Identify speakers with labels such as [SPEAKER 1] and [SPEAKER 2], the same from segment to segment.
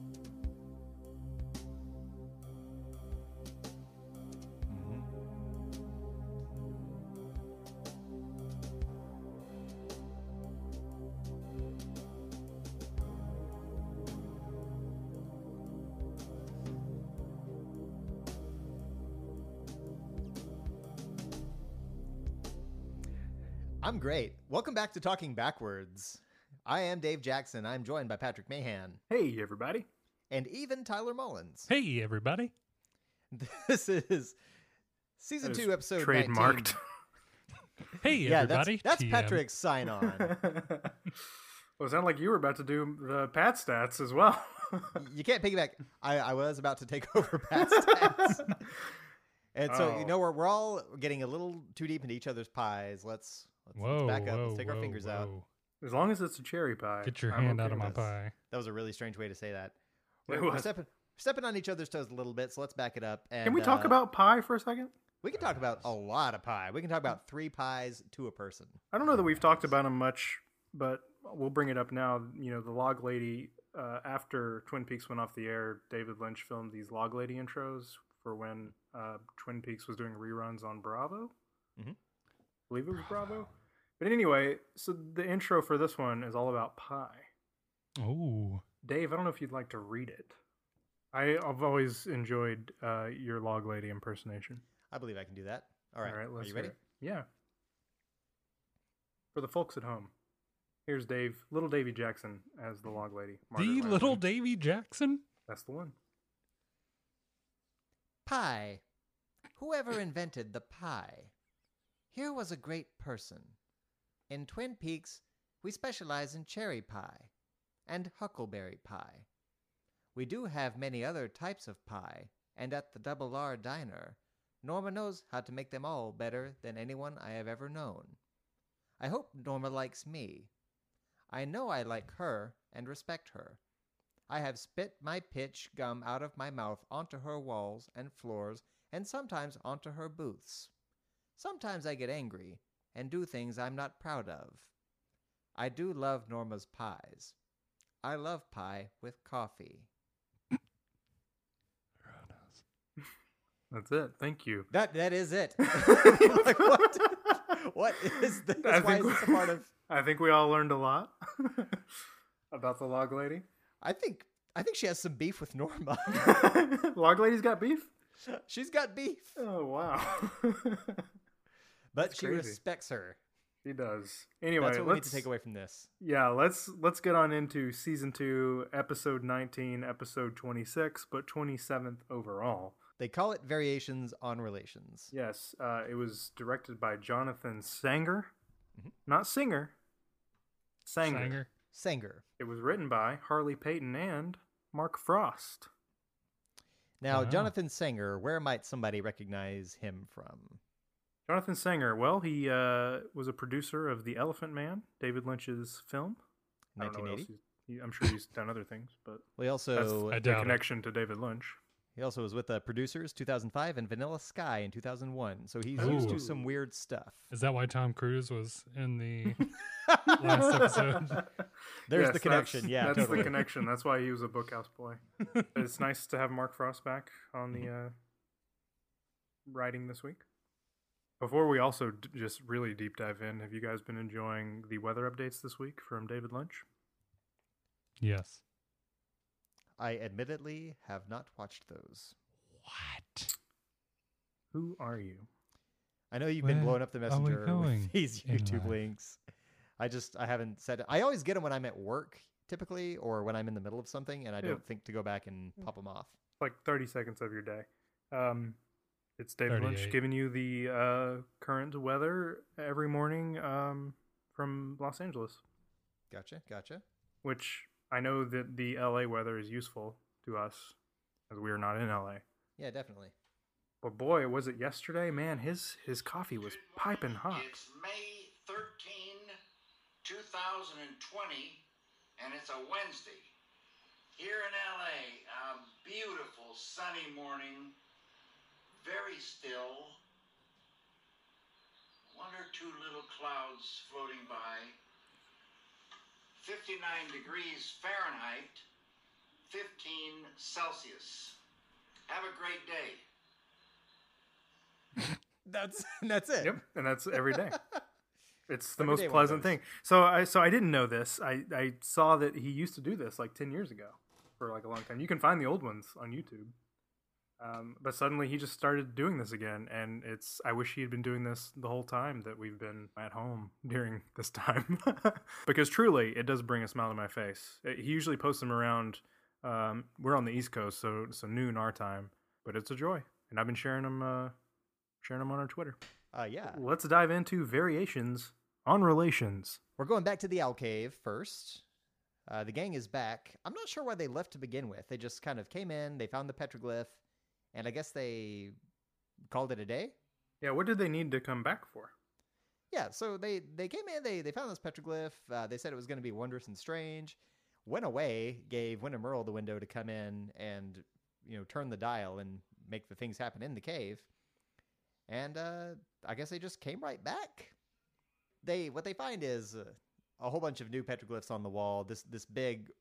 [SPEAKER 1] Mm-hmm. I'm great. Welcome back to Talking Backwards. I am Dave Jackson. I'm joined by Patrick Mahan
[SPEAKER 2] Hey, everybody.
[SPEAKER 1] and even Tyler Mullins.
[SPEAKER 3] Hey, everybody.
[SPEAKER 1] This is season
[SPEAKER 2] That is
[SPEAKER 1] two, episode 19.
[SPEAKER 2] Trademarked.
[SPEAKER 3] Hey,
[SPEAKER 1] Yeah, that's,
[SPEAKER 3] everybody.
[SPEAKER 1] that's
[SPEAKER 3] TM.
[SPEAKER 1] Patrick's sign on.
[SPEAKER 2] Well, it sounded like you were about to do the Pat stats as well.
[SPEAKER 1] you can't piggyback. I, I was about to take over past tense. and so, you
[SPEAKER 2] Oh.
[SPEAKER 1] know, we're, we're all getting a little too deep into each other's pies. Let's, let's,
[SPEAKER 3] Whoa,
[SPEAKER 1] let's back up.
[SPEAKER 3] whoa,
[SPEAKER 1] let's take
[SPEAKER 3] whoa,
[SPEAKER 1] our fingers out.
[SPEAKER 3] whoa.
[SPEAKER 2] as long as it's a cherry pie.
[SPEAKER 3] Get your
[SPEAKER 2] I'm
[SPEAKER 3] hand
[SPEAKER 2] okay
[SPEAKER 3] out of
[SPEAKER 2] with
[SPEAKER 3] my
[SPEAKER 2] it.
[SPEAKER 3] pie.
[SPEAKER 1] That was a really strange way to say that.
[SPEAKER 2] It
[SPEAKER 1] We're, we're
[SPEAKER 2] was.
[SPEAKER 1] stepping, stepping on each other's toes a little bit, so let's back it up. And,
[SPEAKER 2] Can we talk
[SPEAKER 1] uh,
[SPEAKER 2] about pie for a second?
[SPEAKER 1] We can talk about a lot of pie. We can talk about three pies to a person.
[SPEAKER 2] I don't know that we've talked about him much, but we'll bring it up now. You know, the Log Lady. Uh, after Twin Peaks went off the air, David Lynch filmed these Log Lady intros for when uh, Twin Peaks was doing reruns on Bravo.
[SPEAKER 1] Mhm.
[SPEAKER 2] believe it was Bravo. But anyway, so the intro for this one is all about pie.
[SPEAKER 3] Oh,
[SPEAKER 2] Dave, I don't know if you'd like to read it. I, I've always enjoyed uh, your log lady impersonation.
[SPEAKER 1] I believe I can do that. All right. Are you
[SPEAKER 2] hear
[SPEAKER 1] ready?
[SPEAKER 2] it. Yeah. For the folks at home, here's Dave, little Davy Jackson as the log lady.
[SPEAKER 3] the
[SPEAKER 2] Margaret
[SPEAKER 3] little
[SPEAKER 2] Langdon.
[SPEAKER 3] Davy Jackson.
[SPEAKER 2] That's the one.
[SPEAKER 1] Pie. Whoever invented the pie? Here was a great person. In Twin Peaks, we specialize in cherry pie and huckleberry pie. We do have many other types of pie, and at the Double R Diner, Norma knows how to make them all better than anyone I have ever known. I hope Norma likes me. I know I like her and respect her. I have spit my pitch gum out of my mouth onto her walls and floors, and sometimes onto her booths. Sometimes I get angry and do things I'm not proud of. I do love Norma's pies. I love pie with coffee.
[SPEAKER 2] That's it. Thank you.
[SPEAKER 1] That that is it. Like, what? What is this?
[SPEAKER 2] I
[SPEAKER 1] Why is
[SPEAKER 2] think-
[SPEAKER 1] this a part of?
[SPEAKER 2] I think we all learned a lot about the log lady.
[SPEAKER 1] I think I think she has some beef with Norma.
[SPEAKER 2] log lady's got beef?
[SPEAKER 1] She's got beef,
[SPEAKER 2] Oh, wow.
[SPEAKER 1] but
[SPEAKER 2] That's
[SPEAKER 1] she
[SPEAKER 2] crazy.
[SPEAKER 1] respects her.
[SPEAKER 2] He does. Anyway,
[SPEAKER 1] That's what we
[SPEAKER 2] let's
[SPEAKER 1] need to take away from this.
[SPEAKER 2] yeah, let's let's get on into season two, episode nineteen, episode twenty six, but twenty seventh overall.
[SPEAKER 1] They call it variations on relations.
[SPEAKER 2] Yes, uh, it was directed by Jonathan Sanger, not Singer. Sanger.
[SPEAKER 3] Mm-hmm. Sanger.
[SPEAKER 1] Sanger.
[SPEAKER 2] It was written by Harley Payton and Mark Frost.
[SPEAKER 1] Now,
[SPEAKER 2] Ah.
[SPEAKER 3] Wow.
[SPEAKER 1] Jonathan Sanger, where might somebody recognize him from?
[SPEAKER 2] Jonathan Sanger. Well, he uh, was a producer of The Elephant Man, David Lynch's film. I don't know what else
[SPEAKER 1] 1980.
[SPEAKER 2] he's- he- I'm sure he's done other things, but
[SPEAKER 1] Well, he
[SPEAKER 2] that's
[SPEAKER 1] also
[SPEAKER 3] I
[SPEAKER 2] the
[SPEAKER 3] doubt it.
[SPEAKER 2] connection to David Lynch.
[SPEAKER 1] he also was with the producers 2005 and Vanilla Sky in 2001. So he's used to some
[SPEAKER 2] Ooh.
[SPEAKER 1] weird stuff.
[SPEAKER 3] Is that why Tom Cruise was in the last episode?
[SPEAKER 1] There's
[SPEAKER 2] Yes,
[SPEAKER 1] the connection.
[SPEAKER 2] That's,
[SPEAKER 1] yeah,
[SPEAKER 2] that's
[SPEAKER 1] totally.
[SPEAKER 2] the connection. That's why he was a bookhouse boy. it's nice to have Mark Frost back on the
[SPEAKER 1] Mm-hmm.
[SPEAKER 2] uh, writing this week. Before we also d- just really deep dive in, have you guys been enjoying the weather updates this week from David Lynch?
[SPEAKER 3] Yes.
[SPEAKER 1] I admittedly have not watched those.
[SPEAKER 3] What?
[SPEAKER 2] Who are you?
[SPEAKER 1] I know you've been
[SPEAKER 3] Where
[SPEAKER 1] blowing up the
[SPEAKER 3] are we
[SPEAKER 1] messenger
[SPEAKER 3] going
[SPEAKER 1] with these
[SPEAKER 3] in
[SPEAKER 1] YouTube
[SPEAKER 3] life?
[SPEAKER 1] links. I just I haven't said it. I always get them when I'm at work typically or when I'm in the middle of something and I
[SPEAKER 2] Yeah. Mm.
[SPEAKER 1] don't think to go back and pop them off.
[SPEAKER 2] Like 30 seconds of your day. Um, it's David Lynch
[SPEAKER 3] 38.
[SPEAKER 2] giving you the uh, current weather every morning um, from Los Angeles.
[SPEAKER 1] Gotcha. Gotcha.
[SPEAKER 2] which I know that the LA weather is useful to us as we are not in LA.
[SPEAKER 1] Yeah, definitely.
[SPEAKER 2] But boy, was it yesterday, man, his his coffee was piping hot.
[SPEAKER 4] It's May 13, 2020, and it's a Wednesday. Here in LA, a beautiful sunny morning, very still. One or two little clouds floating by. 59 degrees Fahrenheit, 15 Celsius. Have a great day.
[SPEAKER 1] That's that's it.
[SPEAKER 2] Yep, and that's every day. It's the
[SPEAKER 1] Every day
[SPEAKER 2] most
[SPEAKER 1] one of
[SPEAKER 2] pleasant
[SPEAKER 1] those.
[SPEAKER 2] thing. So I so I didn't know this. I I saw that he used to do this like 10 years ago for like a long time. You can find the old ones on YouTube. Um, but suddenly he just started doing this again, and it's I wish he had been doing this the whole time that we've been at home during this time, because truly it does bring a smile to my face. It- he usually posts them around. Um, we're on the East Coast, so so noon our time, but it's a joy, and I've been sharing them, uh, sharing them on our Twitter.
[SPEAKER 1] Uh, yeah.
[SPEAKER 2] Let's dive into variations on relations.
[SPEAKER 1] We're going back to the alcave first. Uh, the gang is back. I'm not sure why they left to begin with. They just kind of came in, they found the petroglyph, and I guess they called it a day.
[SPEAKER 2] Yeah, what did they need to come back for?
[SPEAKER 1] Yeah, so they they came in, they they found this petroglyph. Uh, they said it was going to be wondrous and strange. Went away, gave Winter Merle the window to come in and you know turn the dial and make the things happen in the cave. And uh, I guess they just came right back. They what they find is uh, a whole bunch of new petroglyphs on the wall. This this big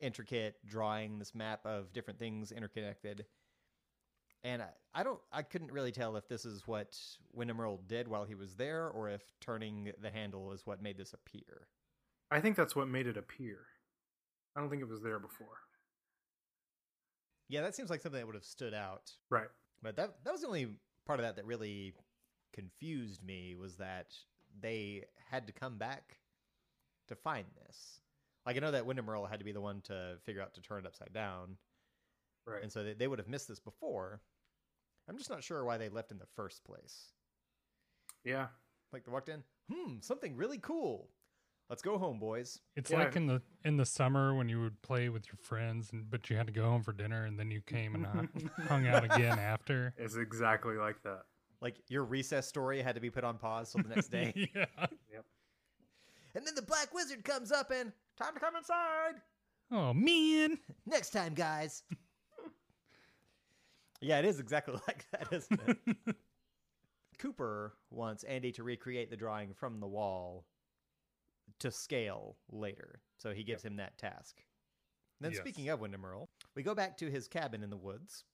[SPEAKER 1] intricate drawing, this map of different things interconnected. And I, I don't, I couldn't really tell if this is what Wyndham Earl did while he was there, or if turning the handle is what made this appear.
[SPEAKER 2] I think that's what made it appear. I don't think it was there before.
[SPEAKER 1] Yeah, that seems like something that would have stood out.
[SPEAKER 2] Right.
[SPEAKER 1] But that that was the only part of that that really confused me was that they had to come back to find this. Like I know that Wyndham Earl had to be the one to figure out to turn it upside down,
[SPEAKER 2] Right.
[SPEAKER 1] and so they, they would have missed this before. I'm just not sure why they left in the first place.
[SPEAKER 2] yeah.
[SPEAKER 1] Like they walked in, hmm, something really cool. Let's go home, boys.
[SPEAKER 3] It's
[SPEAKER 2] Yeah.
[SPEAKER 3] like in the in the summer when you would play with your friends, and but you had to go home for dinner, and then you came and hung, hung out again after.
[SPEAKER 2] It's exactly like that.
[SPEAKER 1] Like your recess story had to be put on pause till the next day.
[SPEAKER 3] yeah.
[SPEAKER 1] and then the black wizard comes up and time to come inside.
[SPEAKER 3] Oh man.
[SPEAKER 1] Next time, guys. yeah, it is exactly like that, isn't it? Cooper wants Andy to recreate the drawing from the wall to scale later. So he gives him that task. Then
[SPEAKER 3] Yes.
[SPEAKER 1] speaking of Wyndham Earl, we go back to his cabin in the woods.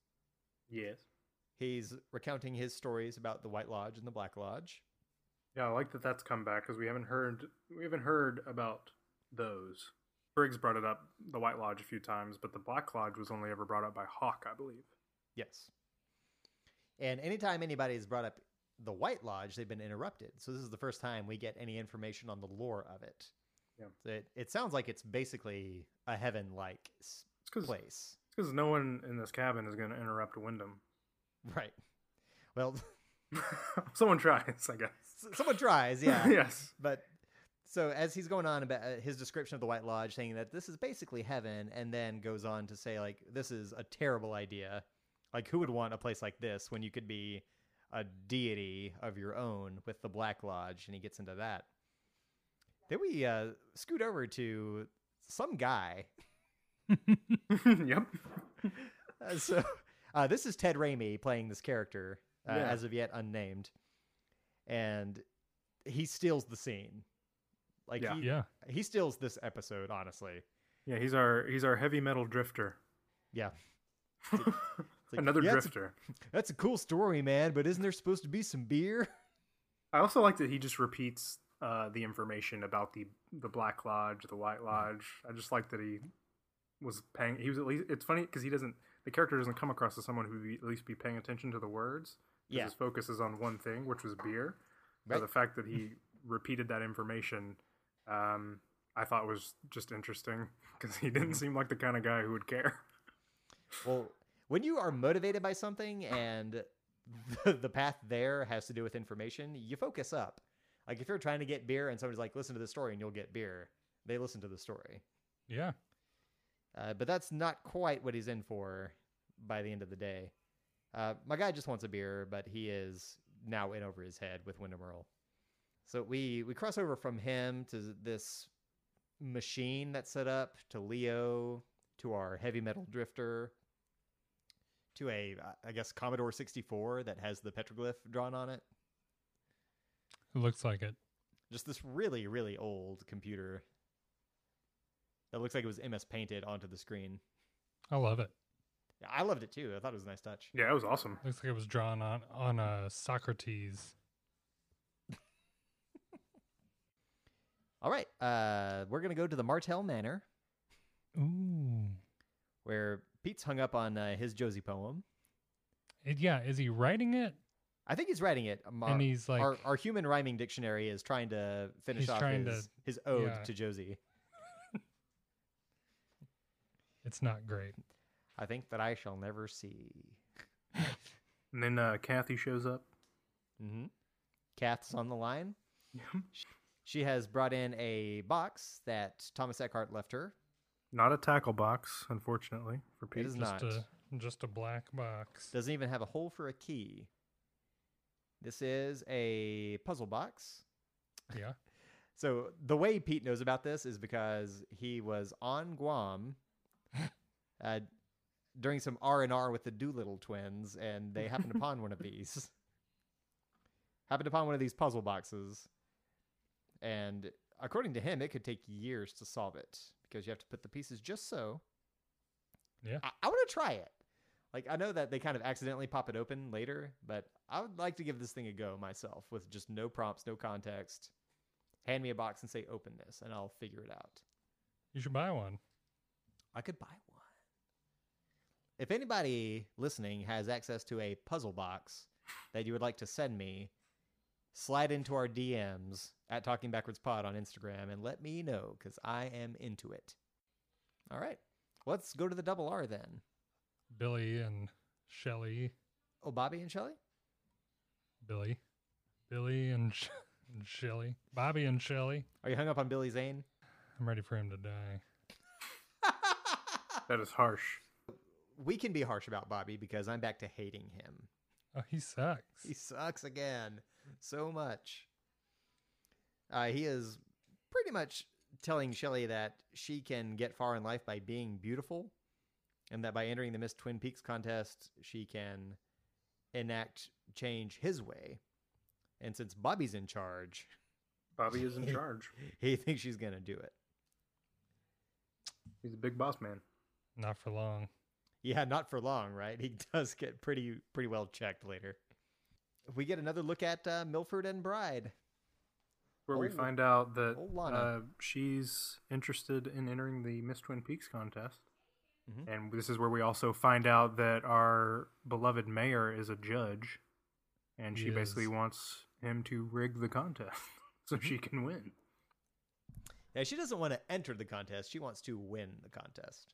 [SPEAKER 2] Yes.
[SPEAKER 1] He's recounting his stories about the White Lodge and the Black Lodge.
[SPEAKER 2] Yeah, I like that that's come back because we haven't heard we haven't heard about those. Briggs brought it up the White Lodge a few times, but the Black Lodge was only ever brought up by Hawk, I believe.
[SPEAKER 1] Yes. And anytime anybody has brought up the White Lodge, they've been interrupted. So this is the first time we get any information on the lore of it.
[SPEAKER 2] Yeah.
[SPEAKER 1] So It, it sounds like it's basically a heaven like
[SPEAKER 2] It's because
[SPEAKER 1] place.
[SPEAKER 2] no one in this cabin is going to interrupt Wyndham.
[SPEAKER 1] Right. Well,
[SPEAKER 2] Someone tries, I guess.
[SPEAKER 1] s- someone tries, yeah.
[SPEAKER 2] yes.
[SPEAKER 1] But so as he's going on about uh, his description of the White Lodge, saying that this is basically heaven, and then goes on to say like this is a terrible idea. Like who would want a place like this when you could be a deity of your own with the Black Lodge? And he gets into that. Then we uh, scoot over to some guy.
[SPEAKER 2] yep.
[SPEAKER 1] Uh, so uh, this is Ted Raimi playing this character, uh,
[SPEAKER 2] Yeah.
[SPEAKER 1] as of yet unnamed, and he steals the scene. Like
[SPEAKER 2] Yeah.
[SPEAKER 1] he,
[SPEAKER 3] Yeah.
[SPEAKER 1] he steals this episode, honestly.
[SPEAKER 2] Yeah, he's our he's our heavy metal drifter.
[SPEAKER 1] Yeah. like,
[SPEAKER 2] Another
[SPEAKER 1] yeah, it's a-
[SPEAKER 2] drifter.
[SPEAKER 1] That's a cool story, man, but isn't there supposed to be some beer?
[SPEAKER 2] I also like that he just repeats uh, the information about the the Black Lodge, the White Lodge. I just like that he was paying. He was at least. It's funny because he doesn't. The character doesn't come across as someone who would be, at least be paying attention to the words. 'cause
[SPEAKER 1] Yeah.
[SPEAKER 2] His focus is on one thing, which was beer. So
[SPEAKER 1] Right.
[SPEAKER 2] the fact that he repeated that information, um, I thought was just interesting because he
[SPEAKER 1] Mm-hmm.
[SPEAKER 2] didn't seem like the kind of guy who would care.
[SPEAKER 1] Well, when you are motivated by something and the, the path there has to do with information, you focus up. Like if you're trying to get beer and somebody's like, listen to the story and you'll get beer, they listen to the story.
[SPEAKER 3] Yeah.
[SPEAKER 1] Uh, but that's not quite what he's in for by the end of the day. Uh, my guy just wants a beer, but he is now in over his head with Wyndham Earl. So we we cross over from him to this machine that's set up to Leo to our heavy metal drifter to a I guess Commodore 64 that has the petroglyph drawn on it.
[SPEAKER 3] It looks like it.
[SPEAKER 1] Just this really really old computer that looks like it was MS painted onto the screen.
[SPEAKER 3] I love it.
[SPEAKER 1] I loved it too. I thought it was a nice touch.
[SPEAKER 2] Yeah, it was awesome.
[SPEAKER 3] Looks like it was drawn on on a Socrates.
[SPEAKER 1] All right. Uh, we're going to go to the Martell Manor
[SPEAKER 3] Ooh.
[SPEAKER 1] where Pete's hung up on uh, his Josie poem.
[SPEAKER 3] It, yeah, is he writing it?
[SPEAKER 1] I think he's writing it. Um, our,
[SPEAKER 3] and he's like,
[SPEAKER 1] our, our human rhyming dictionary is trying to finish
[SPEAKER 3] He's
[SPEAKER 1] off
[SPEAKER 3] trying
[SPEAKER 1] his,
[SPEAKER 3] to-
[SPEAKER 1] his ode
[SPEAKER 3] yeah.
[SPEAKER 1] to Josie.
[SPEAKER 3] it's not great.
[SPEAKER 1] I think that I shall never see.
[SPEAKER 2] And then uh, Kathy shows up.
[SPEAKER 1] Mm-hmm. Kath's on the line. She has brought in a box that Thomas Eckhart left her.
[SPEAKER 2] Not a tackle box, unfortunately, for
[SPEAKER 1] It
[SPEAKER 2] Pete.
[SPEAKER 1] is not.
[SPEAKER 3] Just a just a black box.
[SPEAKER 1] Doesn't even have a hole for a key. This is a puzzle box.
[SPEAKER 3] Yeah.
[SPEAKER 1] So the way Pete knows about this is because he was on Guam uh, during some R and R with the Doolittle twins, and they happened upon one of these. Happened upon one of these puzzle boxes, and according to him, it could take years to solve it because you have to put the pieces just so.
[SPEAKER 3] Yeah.
[SPEAKER 1] I, I want to try it. Like I know that they kind of accidentally pop it open later, but I would like to give this thing a go myself with just no prompts, no context. Hand me a box and say open this and I'll figure it out.
[SPEAKER 3] You should buy one.
[SPEAKER 1] I could buy one. If anybody listening has access to a puzzle box that you would like to send me, slide into our DMs at Talking Backwards Pod on Instagram and let me know because I am into it. All right. Let's go to the double R then.
[SPEAKER 3] Billy and Shelly.
[SPEAKER 1] Oh, Bobby and Shelly?
[SPEAKER 3] Billy. Billy and, Sh- and Shelly. Bobby and Shelly.
[SPEAKER 1] Are you hung up on Billy Zane?
[SPEAKER 3] I'm ready for him to die.
[SPEAKER 2] That is harsh.
[SPEAKER 1] we can be harsh about Bobby because I'm back to hating him.
[SPEAKER 3] Oh, he sucks.
[SPEAKER 1] He sucks again so much. Uh, he is pretty much telling Shelly that she can get far in life by being beautiful, and that by entering the Miss Twin Peaks contest, she can enact change his way. And since Bobby's in charge,
[SPEAKER 2] Bobby is in charge.
[SPEAKER 1] he thinks she's going to do it.
[SPEAKER 2] He's a big boss man.
[SPEAKER 3] Not for long.
[SPEAKER 1] Yeah, not for long, right? He does get pretty pretty well checked later. We get another look at uh, Milford and Bride.
[SPEAKER 2] Where we
[SPEAKER 1] Oh.
[SPEAKER 2] find out that
[SPEAKER 1] Oh, Lana.
[SPEAKER 2] uh, she's interested in entering the Miss Twin Peaks contest.
[SPEAKER 1] Mhm.
[SPEAKER 2] And this is where we also find out that our beloved mayor is a judge. And she
[SPEAKER 3] He
[SPEAKER 2] basically
[SPEAKER 3] is.
[SPEAKER 2] wants him to rig the contest so she can win.
[SPEAKER 1] Yeah, she doesn't want to enter the contest. She wants to win the contest.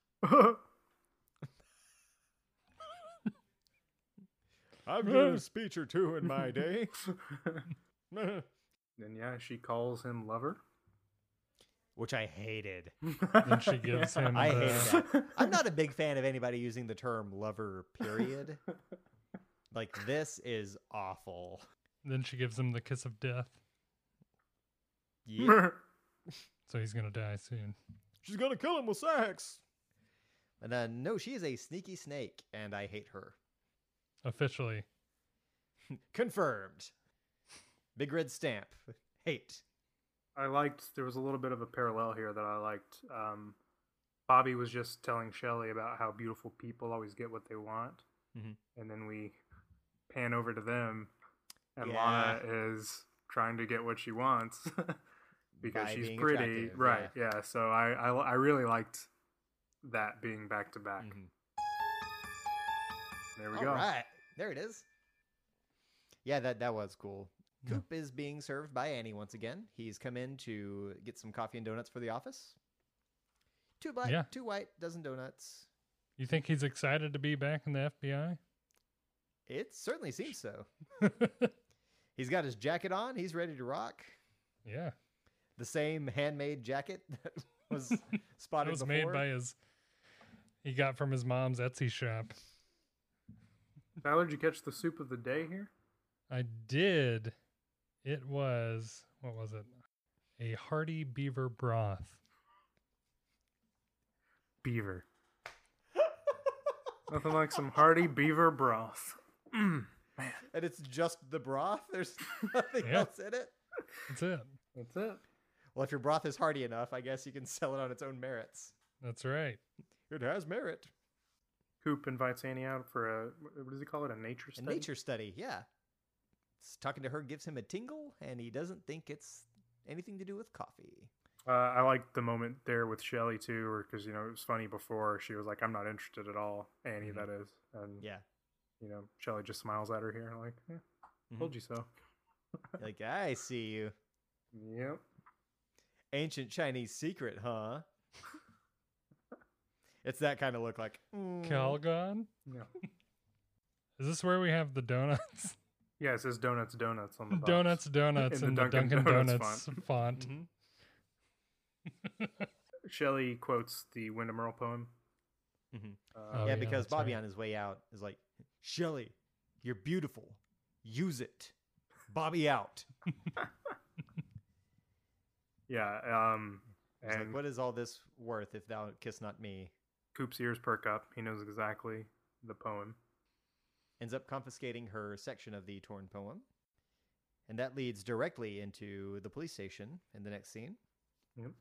[SPEAKER 1] I've
[SPEAKER 3] given a
[SPEAKER 1] speech or two in my day.
[SPEAKER 2] and yeah, she calls him lover.
[SPEAKER 1] Which I hated.
[SPEAKER 3] Then she gives him
[SPEAKER 1] I
[SPEAKER 3] the-
[SPEAKER 1] hated that. I'm not a big fan of anybody using the term lover, period. Like, this is awful.
[SPEAKER 3] Then she gives him the kiss of death.
[SPEAKER 1] Yeah.
[SPEAKER 3] So he's gonna die soon.
[SPEAKER 1] She's going to kill him with sex. And then, no, she is a sneaky snake, and I hate her.
[SPEAKER 3] Officially.
[SPEAKER 1] Confirmed. Big red stamp. Hate.
[SPEAKER 2] I liked there was a little bit of a parallel here that I liked. Um, Bobby was just telling Shelley about how beautiful people always get what they want,
[SPEAKER 1] Mhm.
[SPEAKER 2] and then we pan over to them, and
[SPEAKER 1] Yeah.
[SPEAKER 2] Lana is trying to get what she wants because
[SPEAKER 1] By
[SPEAKER 2] she's
[SPEAKER 1] being
[SPEAKER 2] pretty,
[SPEAKER 1] attractive,
[SPEAKER 2] right? Yeah. So I, I I really liked that being back to back.
[SPEAKER 1] Mhm.
[SPEAKER 2] There we
[SPEAKER 1] All
[SPEAKER 2] go.
[SPEAKER 1] right. There it is. Yeah, that, that was cool.
[SPEAKER 3] Yeah.
[SPEAKER 1] Coop is being served by Annie once again. He's come in to get some coffee and donuts for the office. Two black,
[SPEAKER 3] Yeah.
[SPEAKER 1] two white, dozen donuts.
[SPEAKER 3] You think he's excited to be back in the FBI?
[SPEAKER 1] It certainly seems so. He's got his jacket on. He's ready to rock.
[SPEAKER 3] yeah.
[SPEAKER 1] The same handmade jacket that was
[SPEAKER 3] It
[SPEAKER 1] spotted
[SPEAKER 3] was
[SPEAKER 1] before.
[SPEAKER 3] made by his he got from his mom's Etsy shop.
[SPEAKER 2] Tyler, did you catch the soup of the day here?
[SPEAKER 3] I did. It was what was it? A hearty beaver broth.
[SPEAKER 2] Beaver. Nothing like some hearty beaver broth. Mm.
[SPEAKER 1] and it's just the broth. There's nothing
[SPEAKER 3] Yeah.
[SPEAKER 1] else in it.
[SPEAKER 3] That's it.
[SPEAKER 2] That's it.
[SPEAKER 1] Well, if your broth is hearty enough, I guess you can sell it on its own merits.
[SPEAKER 3] That's right.
[SPEAKER 1] It has merit.
[SPEAKER 2] Coop invites Annie out for a what does he call it? A nature
[SPEAKER 1] A
[SPEAKER 2] study.
[SPEAKER 1] nature study, yeah. S- Talking to her gives him a tingle, and he doesn't think it's anything to do with coffee.
[SPEAKER 2] Uh, I liked the moment there with Shelly too, because you know it was funny before she was like, "I'm not interested at all," Annie
[SPEAKER 1] Mhm.
[SPEAKER 2] that is, and
[SPEAKER 1] Yeah.
[SPEAKER 2] you know, Shelley just smiles at her here, like, "Eh,
[SPEAKER 1] Mm-hmm.
[SPEAKER 2] told you so.
[SPEAKER 1] like, I see you.
[SPEAKER 2] Yep.
[SPEAKER 1] Ancient Chinese secret, huh? it's that kind of look like. "Mm."
[SPEAKER 3] Calgon?
[SPEAKER 2] No.
[SPEAKER 3] Is this where we have the donuts?
[SPEAKER 2] Yeah, it says donuts, donuts on the box.
[SPEAKER 3] donuts, donuts,
[SPEAKER 2] In
[SPEAKER 3] and
[SPEAKER 2] the
[SPEAKER 3] the Dunkin',
[SPEAKER 2] Dunkin' Donuts
[SPEAKER 3] Donuts, font.
[SPEAKER 1] Mhm.
[SPEAKER 2] Shelley quotes the Wyndham Earle poem.
[SPEAKER 1] Mhm.
[SPEAKER 2] Uh,
[SPEAKER 3] Oh,
[SPEAKER 1] yeah,
[SPEAKER 3] yeah,
[SPEAKER 1] because
[SPEAKER 3] that's
[SPEAKER 1] Bobby
[SPEAKER 3] right.
[SPEAKER 1] on his way out is like, Shelly, you're beautiful. Use it. Bobby out.
[SPEAKER 2] yeah. um,
[SPEAKER 1] He's
[SPEAKER 2] and
[SPEAKER 1] like, what is all this worth if thou kiss not me?
[SPEAKER 2] Coop's ears perk up. He knows exactly the poem.
[SPEAKER 1] Ends up confiscating her section of the torn poem. And that leads directly into the police station in the next scene.
[SPEAKER 2] Yep.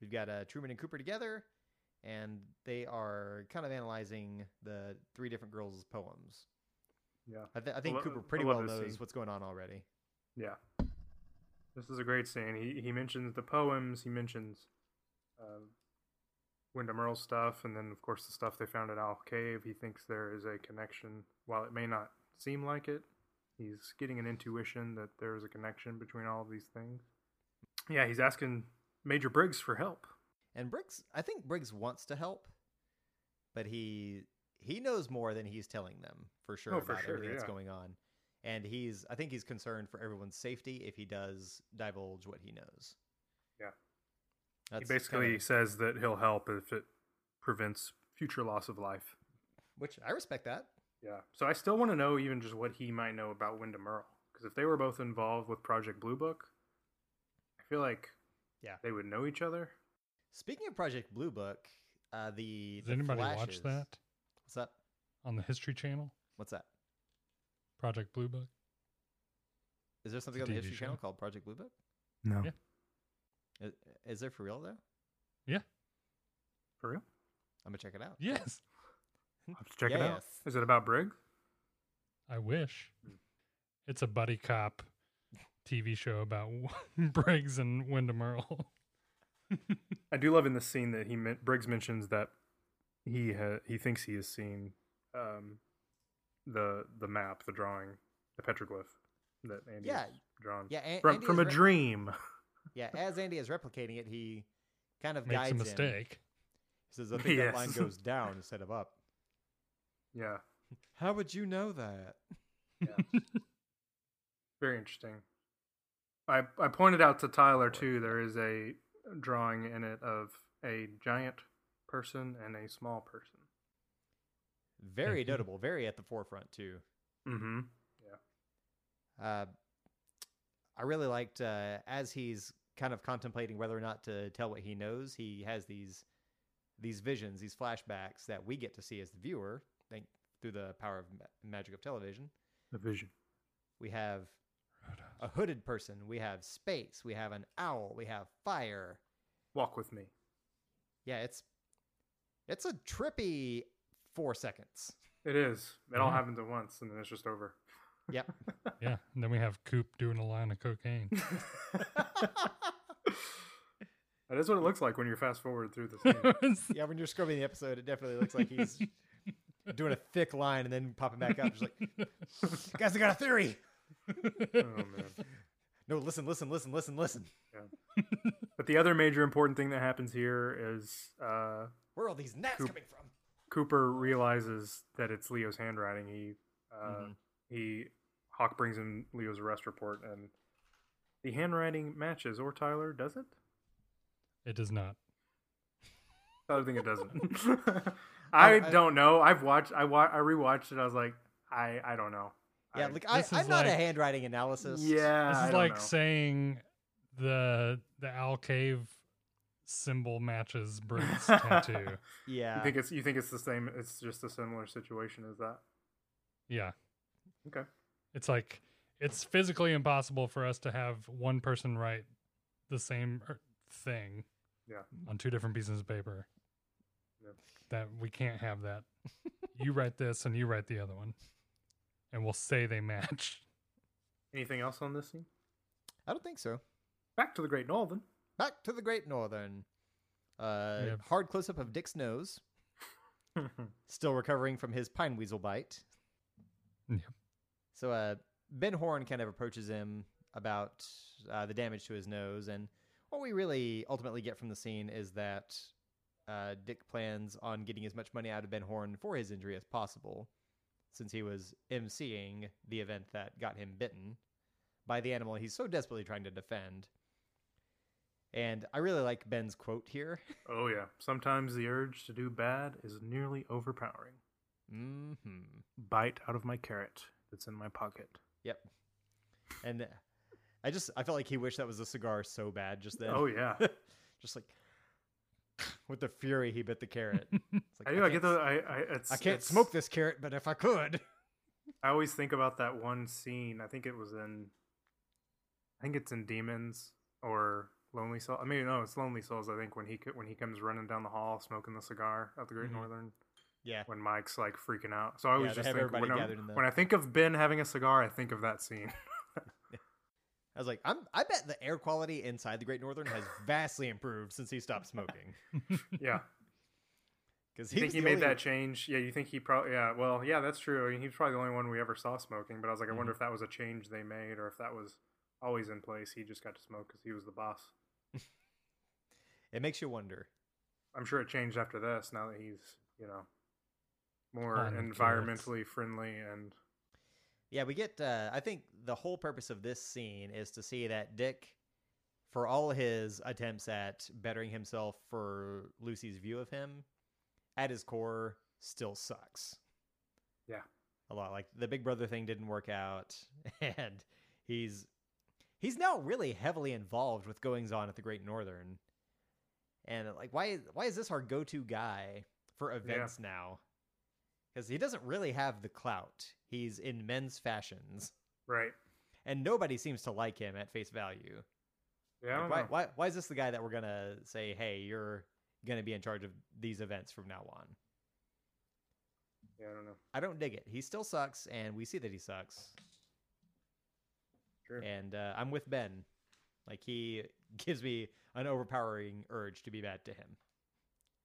[SPEAKER 1] We've got uh, Truman and Cooper together, and they are kind of analyzing the three different girls' poems.
[SPEAKER 2] Yeah.
[SPEAKER 1] I, th- I think
[SPEAKER 2] lo-
[SPEAKER 1] Cooper
[SPEAKER 2] I
[SPEAKER 1] pretty
[SPEAKER 2] love
[SPEAKER 1] well
[SPEAKER 2] this
[SPEAKER 1] knows
[SPEAKER 2] scene.
[SPEAKER 1] what's going on already.
[SPEAKER 2] Yeah. This is a great scene. He, he mentions the poems, he mentions uh, Wyndham Earle stuff, and then, of course, the stuff they found at Owl Cave. He thinks there is a connection. While it may not seem like it, he's getting an intuition that there is a connection between all of these things. Yeah, he's asking Major Briggs for help.
[SPEAKER 1] And Briggs, I think Briggs wants to help, but he he knows more than he's telling them for sure
[SPEAKER 2] Oh, for
[SPEAKER 1] about everything
[SPEAKER 2] sure,
[SPEAKER 1] that's
[SPEAKER 2] yeah.
[SPEAKER 1] going on. And he's, I think he's concerned for everyone's safety if he does divulge what he knows.
[SPEAKER 2] Yeah.
[SPEAKER 1] That's
[SPEAKER 2] he
[SPEAKER 1] kind
[SPEAKER 2] basically
[SPEAKER 1] of-
[SPEAKER 2] says that he'll help if it prevents future loss of life.
[SPEAKER 1] which I respect that.
[SPEAKER 2] Yeah. So I still want to know even just what he might know about Wyndham Earl. Because if they were both involved with Project Blue Book, I feel like
[SPEAKER 1] Yeah.
[SPEAKER 2] they would know each other.
[SPEAKER 1] Speaking of Project Blue Book, uh, the
[SPEAKER 3] Does
[SPEAKER 1] the
[SPEAKER 3] anybody
[SPEAKER 1] flashes-
[SPEAKER 3] watch that
[SPEAKER 1] What's up?
[SPEAKER 3] on the History Channel?
[SPEAKER 1] What's that?
[SPEAKER 3] Project Blue Book?
[SPEAKER 1] Is there something
[SPEAKER 3] a
[SPEAKER 1] on the
[SPEAKER 3] TV
[SPEAKER 1] History Channel
[SPEAKER 3] show.
[SPEAKER 1] called Project Blue Book?
[SPEAKER 2] No.
[SPEAKER 3] Yeah.
[SPEAKER 1] Is, is there for real though? I'm
[SPEAKER 2] For real?
[SPEAKER 1] gonna check it out.
[SPEAKER 3] Yes,
[SPEAKER 2] I'll have to check it out.
[SPEAKER 1] Hmm. Yes.
[SPEAKER 2] Is it about Briggs?
[SPEAKER 3] I wish. It's a buddy cop TV show about Briggs and Wyndham Earl.
[SPEAKER 2] I do love in this scene that he men- Briggs mentions that he ha- he thinks he has seen um, the the map, the drawing, the petroglyph that Andy's
[SPEAKER 1] Yeah.
[SPEAKER 2] drawn
[SPEAKER 1] Yeah, An-
[SPEAKER 2] from
[SPEAKER 1] Andy
[SPEAKER 2] from
[SPEAKER 1] is
[SPEAKER 2] a
[SPEAKER 1] re-
[SPEAKER 2] dream.
[SPEAKER 1] Yeah, as Andy is replicating it, he kind of
[SPEAKER 3] Makes
[SPEAKER 1] guides
[SPEAKER 3] a
[SPEAKER 1] him.
[SPEAKER 3] mistake.
[SPEAKER 1] He says, "I think that line
[SPEAKER 2] Yes.
[SPEAKER 1] goes down instead of up."
[SPEAKER 2] Yeah.
[SPEAKER 1] How would you know that?
[SPEAKER 2] Yeah. Very interesting. I I pointed out to Tyler too. There is a drawing in it of a giant person and a small person.
[SPEAKER 1] Very
[SPEAKER 3] Thank you.
[SPEAKER 1] notable, very at the forefront too.
[SPEAKER 2] Mm-hmm.
[SPEAKER 1] Uh, I really liked uh, as he's kind of contemplating whether or not to tell what he knows. He has these these visions, these flashbacks that we get to see as the viewer, thank through the power of ma- magic of television.
[SPEAKER 2] The vision.
[SPEAKER 1] We have a hooded person, we have space, we have an owl, we have fire.
[SPEAKER 2] Walk with me.
[SPEAKER 1] Yeah, it's it's a trippy four seconds.
[SPEAKER 2] It is. It all
[SPEAKER 3] Yeah.
[SPEAKER 2] happens at once, and then it's just over.
[SPEAKER 1] Yep.
[SPEAKER 3] Yeah, and then we have Coop doing a line of cocaine.
[SPEAKER 2] That is what it looks like when you're fast forward through the scene.
[SPEAKER 3] It's-
[SPEAKER 1] yeah, when you're scrubbing the episode, it definitely looks like he's doing a thick line and then popping back up. Just like, guys, I got a theory.
[SPEAKER 2] oh man.
[SPEAKER 1] No, listen, listen, listen, listen, listen.
[SPEAKER 2] But the other major important thing that happens here is uh,
[SPEAKER 1] Where are all these gnats
[SPEAKER 2] Coop.
[SPEAKER 1] coming from?
[SPEAKER 2] Cooper realizes that it's Leo's handwriting. He uh,
[SPEAKER 3] Mm-hmm.
[SPEAKER 1] Mhm.
[SPEAKER 2] he Hawk brings him Leo's arrest report, and the handwriting matches. Or Tyler doesn't.
[SPEAKER 3] it does not.
[SPEAKER 2] Tyler think it doesn't. I,
[SPEAKER 1] I- I-
[SPEAKER 2] don't know. I've watched. I wa- I rewatched it. I was like, I I don't know.
[SPEAKER 1] Yeah,
[SPEAKER 2] I,
[SPEAKER 1] like I,
[SPEAKER 3] This
[SPEAKER 1] I'm
[SPEAKER 3] is
[SPEAKER 1] not a
[SPEAKER 3] like-
[SPEAKER 1] handwriting analysis.
[SPEAKER 2] yeah.
[SPEAKER 3] This
[SPEAKER 2] I
[SPEAKER 3] is
[SPEAKER 2] don't
[SPEAKER 3] like
[SPEAKER 2] know.
[SPEAKER 3] saying the the Owl Cave symbol matches Briggs' tattoo.
[SPEAKER 2] You
[SPEAKER 1] yeah.
[SPEAKER 2] think it's you think it's the same? It's just a similar situation as that.
[SPEAKER 3] Yeah.
[SPEAKER 2] Okay.
[SPEAKER 3] It's like it's physically impossible for us to have one person write the same er, thing.
[SPEAKER 2] Yeah.
[SPEAKER 3] On two different pieces of paper.
[SPEAKER 2] Yep.
[SPEAKER 3] That we can't have that. you write this and you write the other one, and we'll say they match.
[SPEAKER 2] Anything else on this scene?
[SPEAKER 1] I don't think so.
[SPEAKER 2] Back to the Great Northern.
[SPEAKER 1] Back to the Great Northern. Uh,
[SPEAKER 3] Yeah.
[SPEAKER 1] Hard close up of Dick's nose, still recovering from his pine weasel bite.
[SPEAKER 3] Yep.
[SPEAKER 1] So uh, Ben Horn kind of approaches him about uh, the damage to his nose, and what we really ultimately get from the scene is that uh, Dick plans on getting as much money out of Ben Horn for his injury as possible, since he was emceeing the event that got him bitten by the animal he's so desperately trying to defend. And I really like Ben's quote here.
[SPEAKER 2] Oh yeah. Sometimes the urge to do bad is nearly overpowering.
[SPEAKER 1] hmm
[SPEAKER 2] Bite out of my carrot that's in my pocket.
[SPEAKER 1] Yep. And I just I felt like he wished that was a cigar so bad just then.
[SPEAKER 2] Oh yeah.
[SPEAKER 1] just like with the fury he bit the carrot. It's like,
[SPEAKER 2] I do. I get
[SPEAKER 1] can't
[SPEAKER 2] the.
[SPEAKER 1] s-
[SPEAKER 2] I. I, it's,
[SPEAKER 1] I can't
[SPEAKER 2] it's-
[SPEAKER 1] smoke this carrot, but if I could.
[SPEAKER 2] I always think about that one scene. I think it was in. I think it's in Demons or Lonely Souls. I mean, no, it's Lonely Souls. I think when he co- when he comes running down the hall smoking the cigar at the Great
[SPEAKER 1] Mhm.
[SPEAKER 2] Northern,
[SPEAKER 1] Yeah.
[SPEAKER 2] when Mike's like freaking out. So I always
[SPEAKER 1] they
[SPEAKER 2] just
[SPEAKER 1] have
[SPEAKER 2] think
[SPEAKER 1] everybody
[SPEAKER 2] when, I,
[SPEAKER 1] gathered in the-
[SPEAKER 2] when I think of Ben having a cigar, I think of that scene.
[SPEAKER 1] I was like, I'm I bet the air quality inside the Great Northern has vastly improved since he stopped smoking.
[SPEAKER 2] yeah,
[SPEAKER 1] Because
[SPEAKER 2] you think he made that change? Yeah, you think he probably? Yeah, well, yeah, that's true. I mean, he was probably the only one we ever saw smoking. But I was like, I wonder if that was a change they made, or if that was always in place. He just got to smoke because he was the boss.
[SPEAKER 1] It makes you wonder.
[SPEAKER 2] I'm sure it changed after this. Now that he's you know more
[SPEAKER 3] On drugs.
[SPEAKER 2] environmentally friendly and
[SPEAKER 1] Yeah, we get. Uh, I think the whole purpose of this scene is to see that Dick, for all his attempts at bettering himself for Lucy's view of him, at his core still sucks.
[SPEAKER 2] Yeah.
[SPEAKER 1] a lot. Like the Big Brother thing didn't work out, and he's he's now really heavily involved with goings on at the Great Northern. And like, why why is this our go to guy for events now? Because he doesn't really have the clout. He's in men's fashions,
[SPEAKER 2] right.
[SPEAKER 1] and nobody seems to like him at face value.
[SPEAKER 2] Yeah, I
[SPEAKER 1] Like,
[SPEAKER 2] don't
[SPEAKER 1] why,
[SPEAKER 2] know.
[SPEAKER 1] why why is this the guy that we're gonna say, hey, you're gonna be in charge of these events from now on?
[SPEAKER 2] yeah, I don't know.
[SPEAKER 1] I don't dig it. He still sucks, and we see that he sucks.
[SPEAKER 2] True.
[SPEAKER 1] And uh, I'm with Ben. Like he gives me an overpowering urge to be bad to him.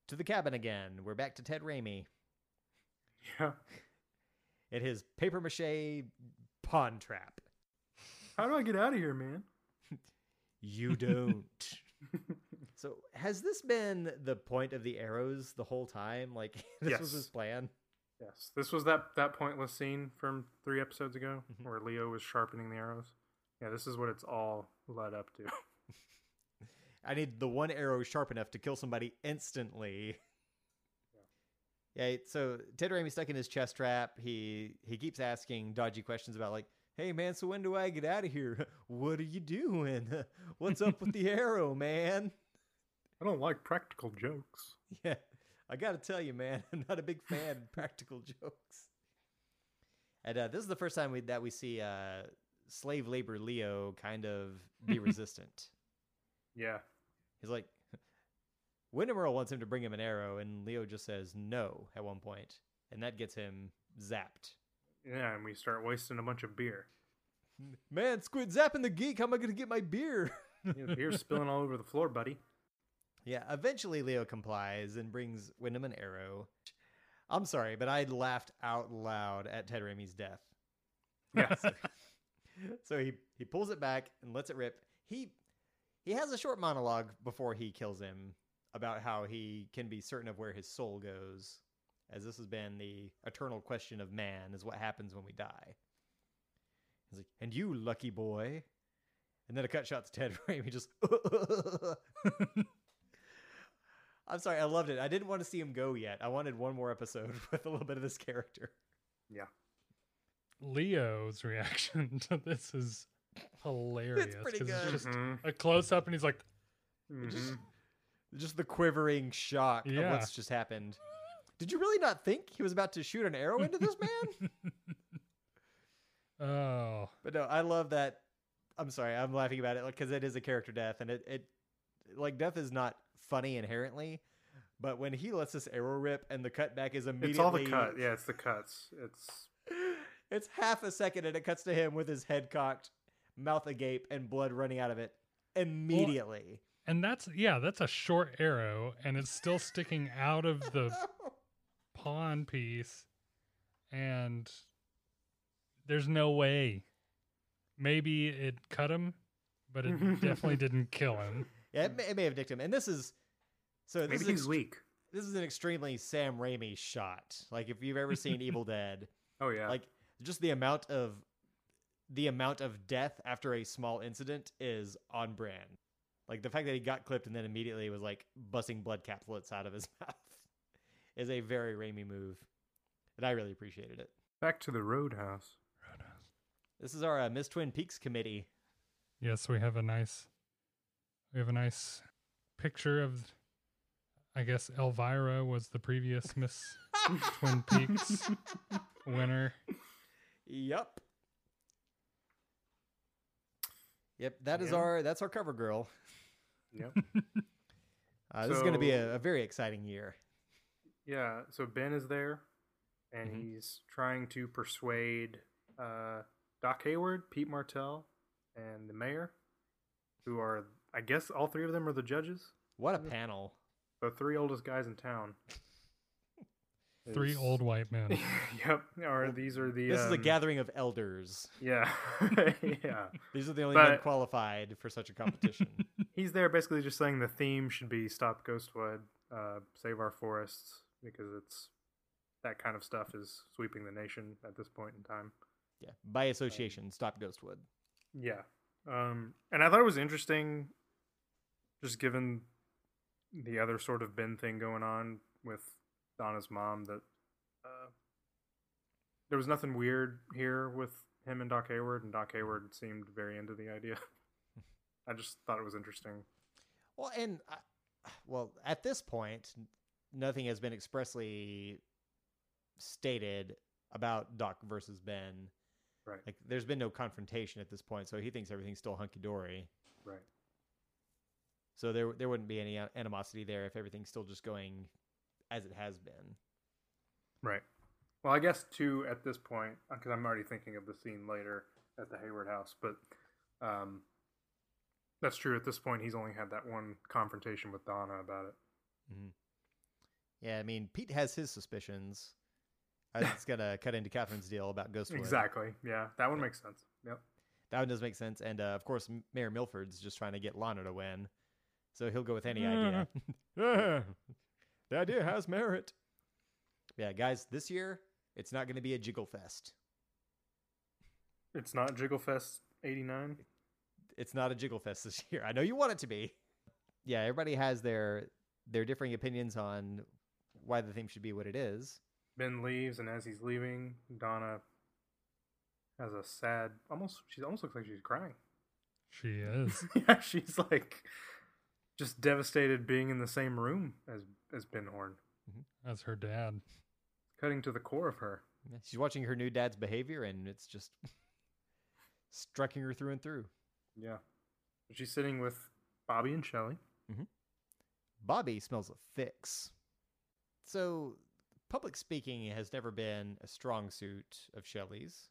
[SPEAKER 1] To the cabin again. We're back to Ted Raimi
[SPEAKER 2] Yeah.
[SPEAKER 1] in his paper mache pawn trap.
[SPEAKER 2] How do I get out of here, man?
[SPEAKER 1] You don't. so has this been the point of the arrows the whole time? Like this was
[SPEAKER 2] Yes.
[SPEAKER 1] his plan.
[SPEAKER 2] Yes, this was that that pointless scene from three episodes ago
[SPEAKER 1] Mhm.
[SPEAKER 2] where Leo was sharpening the arrows. Yeah, this is what it's all led up to.
[SPEAKER 1] I need the one arrow sharp enough to kill somebody instantly. Yeah. so Ted Raimi's stuck in his chest trap. He he keeps asking dodgy questions about like, "Hey man, so when do I get out of here? What are you doing? What's up with the arrow, man?"
[SPEAKER 2] I don't like practical jokes.
[SPEAKER 1] Yeah, I gotta tell you, man, I'm not a big fan of practical jokes. And uh, this is the first time we, that we see uh, slave labor Leo kind of be resistant.
[SPEAKER 2] Yeah,
[SPEAKER 1] He's like, Wyndham Earl wants him to bring him an arrow, and Leo just says no at one point, and that gets him zapped.
[SPEAKER 2] yeah, and we start wasting a bunch of beer.
[SPEAKER 1] Man, Squid zapping the geek. How am I going to get my beer?
[SPEAKER 2] Yeah, the beer's spilling all over the floor, buddy.
[SPEAKER 1] yeah, eventually Leo complies and brings Wyndham an arrow. I'm sorry, but I laughed out loud at Ted Raimi's death.
[SPEAKER 2] Yeah,
[SPEAKER 1] So he he pulls it back and lets it rip. He he has a short monologue before he kills him about how he can be certain of where his soul goes, as this has been the eternal question of man is what happens when we die. He's like, and you lucky boy. And then a cut shot to Ted Raimi just I'm sorry, I loved it. I didn't want to see him go yet. I wanted one more episode with a little bit of this character.
[SPEAKER 3] Leo's reaction to this is hilarious.
[SPEAKER 1] pretty
[SPEAKER 3] 'cause It's
[SPEAKER 1] good.
[SPEAKER 3] just
[SPEAKER 2] Mhm,
[SPEAKER 3] a close up, and he's like,
[SPEAKER 2] mhm.
[SPEAKER 1] just the quivering shock of
[SPEAKER 3] Yeah.
[SPEAKER 1] what's just happened. Did you really not think he was about to shoot an arrow into this man?
[SPEAKER 3] "Oh,
[SPEAKER 1] but no, I love that. I'm sorry, I'm laughing about it because it is a character death, and it, it like death is not funny inherently. But when he lets this arrow rip and the cutback is immediately
[SPEAKER 2] It's all the cut. Yeah, it's the cuts. It's
[SPEAKER 1] it's half a second and it cuts to him with his head cocked, mouth agape, and blood running out of it immediately.
[SPEAKER 3] and that's yeah, that's a short arrow, and it's still sticking out
[SPEAKER 1] Oh.
[SPEAKER 3] of the pawn piece, and There's no way. Maybe it cut him, but it definitely didn't kill him.
[SPEAKER 1] Yeah, it may, it may have nicked him. And this is so. This
[SPEAKER 2] Hmm. Maybe
[SPEAKER 1] is
[SPEAKER 2] he's
[SPEAKER 1] ext-
[SPEAKER 2] weak.
[SPEAKER 1] This is an extremely Sam Raimi shot. Like if you've ever seen Evil Dead,
[SPEAKER 2] Oh yeah.
[SPEAKER 1] like just the amount of the amount of death after a small incident is on brand. Like the fact that he got clipped and then immediately was like bussing blood caplets out of his mouth is a very Raimi move, and I really appreciated it.
[SPEAKER 2] Back to the roadhouse.
[SPEAKER 1] This is our uh, Miss Twin Peaks committee.
[SPEAKER 3] Yes, we have a nice we have a nice picture of I guess Elvira was the previous Miss Twin Peaks winner.
[SPEAKER 1] Yep. Yep, that is
[SPEAKER 2] Yeah.
[SPEAKER 1] our that's our cover girl.
[SPEAKER 2] Yep.
[SPEAKER 1] Uh, this is going to be
[SPEAKER 2] So-
[SPEAKER 1] a, a very exciting year.
[SPEAKER 2] Yeah, so Ben is there, and
[SPEAKER 3] Mm-hmm.
[SPEAKER 1] Mhm.
[SPEAKER 2] he's trying to persuade uh, Doc Hayward, Pete Martell, and the mayor, who are, I guess, all three of them are the judges,
[SPEAKER 1] What a panel!
[SPEAKER 2] the three oldest guys in town.
[SPEAKER 3] Three
[SPEAKER 2] Is-
[SPEAKER 3] old white men.
[SPEAKER 2] yep. Are these are the?
[SPEAKER 1] This is a
[SPEAKER 2] um,
[SPEAKER 1] gathering of elders.
[SPEAKER 2] Yeah, yeah.
[SPEAKER 1] These are the only men
[SPEAKER 2] but-
[SPEAKER 1] qualified for such a competition.
[SPEAKER 2] He's there basically just saying the theme should be "Stop Ghostwood, uh, Save Our Forests," because it's that kind of stuff is sweeping the nation at this point in time.
[SPEAKER 1] yeah, by association, stop Ghostwood.
[SPEAKER 2] Yeah. Um, and I thought it was interesting, just given the other sort of Ben thing going on with Donna's mom, that uh, there was nothing weird here with him and Doc Hayward, and Doc Hayward seemed very into the idea. I just thought it was interesting.
[SPEAKER 1] Well, and uh, well, at this point, n- nothing has been expressly stated about Doc versus Ben.
[SPEAKER 2] Right.
[SPEAKER 1] Like, there's been no confrontation at this point, so he thinks everything's still hunky dory.
[SPEAKER 2] Right.
[SPEAKER 1] So there, there wouldn't be any a- animosity there if everything's still just going as it has been.
[SPEAKER 2] Right. Well, I guess too at this point because I'm already thinking of the scene later at the Hayward house, but um, that's true. At this point, he's only had that one confrontation with Donna about it.
[SPEAKER 1] Yeah, I mean, Pete has his suspicions. I think it's gonna cut into Catherine's deal about Ghostwood.
[SPEAKER 2] Exactly. Yeah, that one makes sense. Yep.
[SPEAKER 1] That one does make sense, and uh, of course, M- Mayor Milford's just trying to get Lana to win, so he'll go with any idea. yeah, the idea has merit. Yeah, guys, this year it's not gonna be a jiggle fest.
[SPEAKER 2] It's not Jigglefest '89.
[SPEAKER 1] It's not a jiggle fest this year. I know you want it to be. Yeah, everybody has their their differing opinions on why the theme should be what it is.
[SPEAKER 2] Ben leaves, and as he's leaving, Donna has a sad, almost. She almost looks like she's crying.
[SPEAKER 3] She is.
[SPEAKER 2] yeah, she's like just devastated being in the same room as as Ben Horn.
[SPEAKER 3] That's her dad.
[SPEAKER 2] Cutting to the core of her.
[SPEAKER 1] Yeah, She's watching her new dad's behavior, and it's just striking her through and through.
[SPEAKER 2] Yeah. She's sitting with Bobby and Shelly.
[SPEAKER 1] Bobby smells a fix. So, public speaking has never been a strong suit of Shelley's.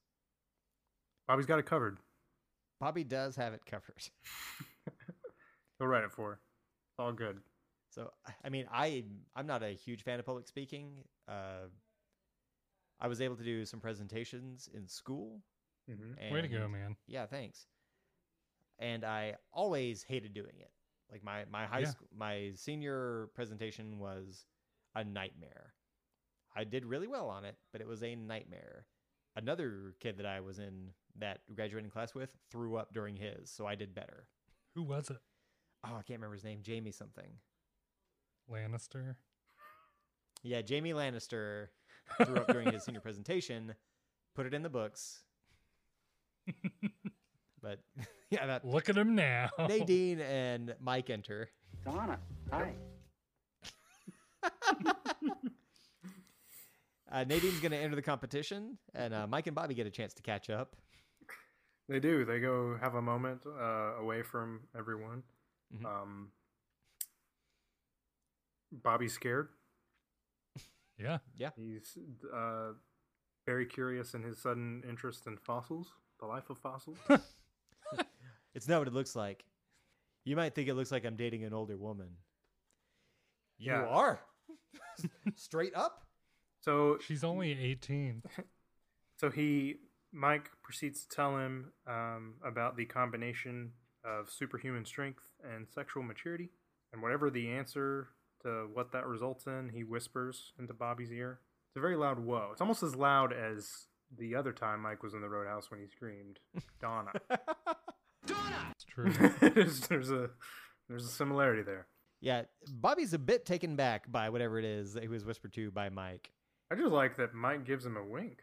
[SPEAKER 2] Bobby's got it covered.
[SPEAKER 1] Bobby does have it covered.
[SPEAKER 2] He'll write it for her. It's all good.
[SPEAKER 1] So, I- I mean, I I'm not a huge fan of public speaking. Uh, I was able to do some presentations in school.
[SPEAKER 2] Mm-hmm.
[SPEAKER 1] And
[SPEAKER 3] Way to go, man.
[SPEAKER 1] Yeah, thanks. And I always hated doing it. Like my my high
[SPEAKER 3] Yeah.
[SPEAKER 1] school my senior presentation was a nightmare. I did really well on it, but it was a nightmare. Another kid that I was in that graduating class with threw up during his, so I did better.
[SPEAKER 3] Who was it?
[SPEAKER 1] Oh, I can't remember his name, Jamie something.
[SPEAKER 3] Lannister?
[SPEAKER 1] Yeah, Jamie Lannister threw up during his senior presentation, put it in the books. but yeah, that
[SPEAKER 3] Look at him now.
[SPEAKER 1] Nadine and Mike enter.
[SPEAKER 4] Donna, hi.
[SPEAKER 1] Uh, Nadine's going to enter the competition, and uh, Mike and Bobby get a chance to catch up.
[SPEAKER 2] They do. They go have a moment uh, away from everyone.
[SPEAKER 1] Mhm.
[SPEAKER 2] Um, Bobby's scared.
[SPEAKER 3] Yeah.
[SPEAKER 2] He's uh, very curious in his sudden interest in fossils, the life of fossils.
[SPEAKER 1] It's not what it looks like. You might think it looks like I'm dating an older woman. You
[SPEAKER 2] Yeah.
[SPEAKER 1] are. Straight up.
[SPEAKER 2] so
[SPEAKER 3] She's only 18.
[SPEAKER 2] So he Mike proceeds to tell him um, about the combination of superhuman strength and sexual maturity. And whatever the answer to what that results in, he whispers into Bobby's ear. It's a very loud whoa. It's almost as loud as the other time Mike was in the roadhouse when he screamed, Donna.
[SPEAKER 3] It's true.
[SPEAKER 2] there's, there's a there's a similarity there.
[SPEAKER 1] yeah, Bobby's a bit taken back by whatever it is that he was whispered to by Mike.
[SPEAKER 2] I just like that Mike gives him a wink.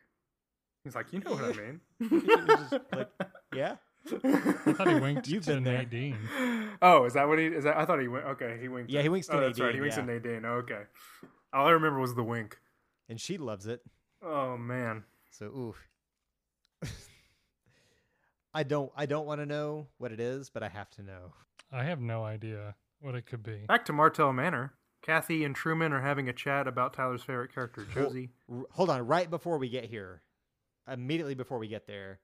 [SPEAKER 2] He's like, you know what I mean.
[SPEAKER 1] Just like- Yeah?
[SPEAKER 3] I thought he winked
[SPEAKER 1] You've
[SPEAKER 3] to
[SPEAKER 1] been there.
[SPEAKER 3] Nadine.
[SPEAKER 2] Oh, is that what he is? That I thought he went. Okay, he winked.
[SPEAKER 1] Yeah,
[SPEAKER 2] at-
[SPEAKER 1] he winks to
[SPEAKER 2] oh, that's right.
[SPEAKER 1] Nadine,
[SPEAKER 2] He winks
[SPEAKER 1] yeah.
[SPEAKER 2] at Nadine. Oh, okay. All I remember was the wink.
[SPEAKER 1] And she loves it.
[SPEAKER 2] Oh man.
[SPEAKER 1] So oof. I don't I don't want to know what it is, but I have to know.
[SPEAKER 3] I have no idea what it could be.
[SPEAKER 2] Back to Martell Manor. Kathy and Truman are having a chat about Tyler's favorite character, Josie.
[SPEAKER 1] R- hold on, right before we get here, immediately before we get there,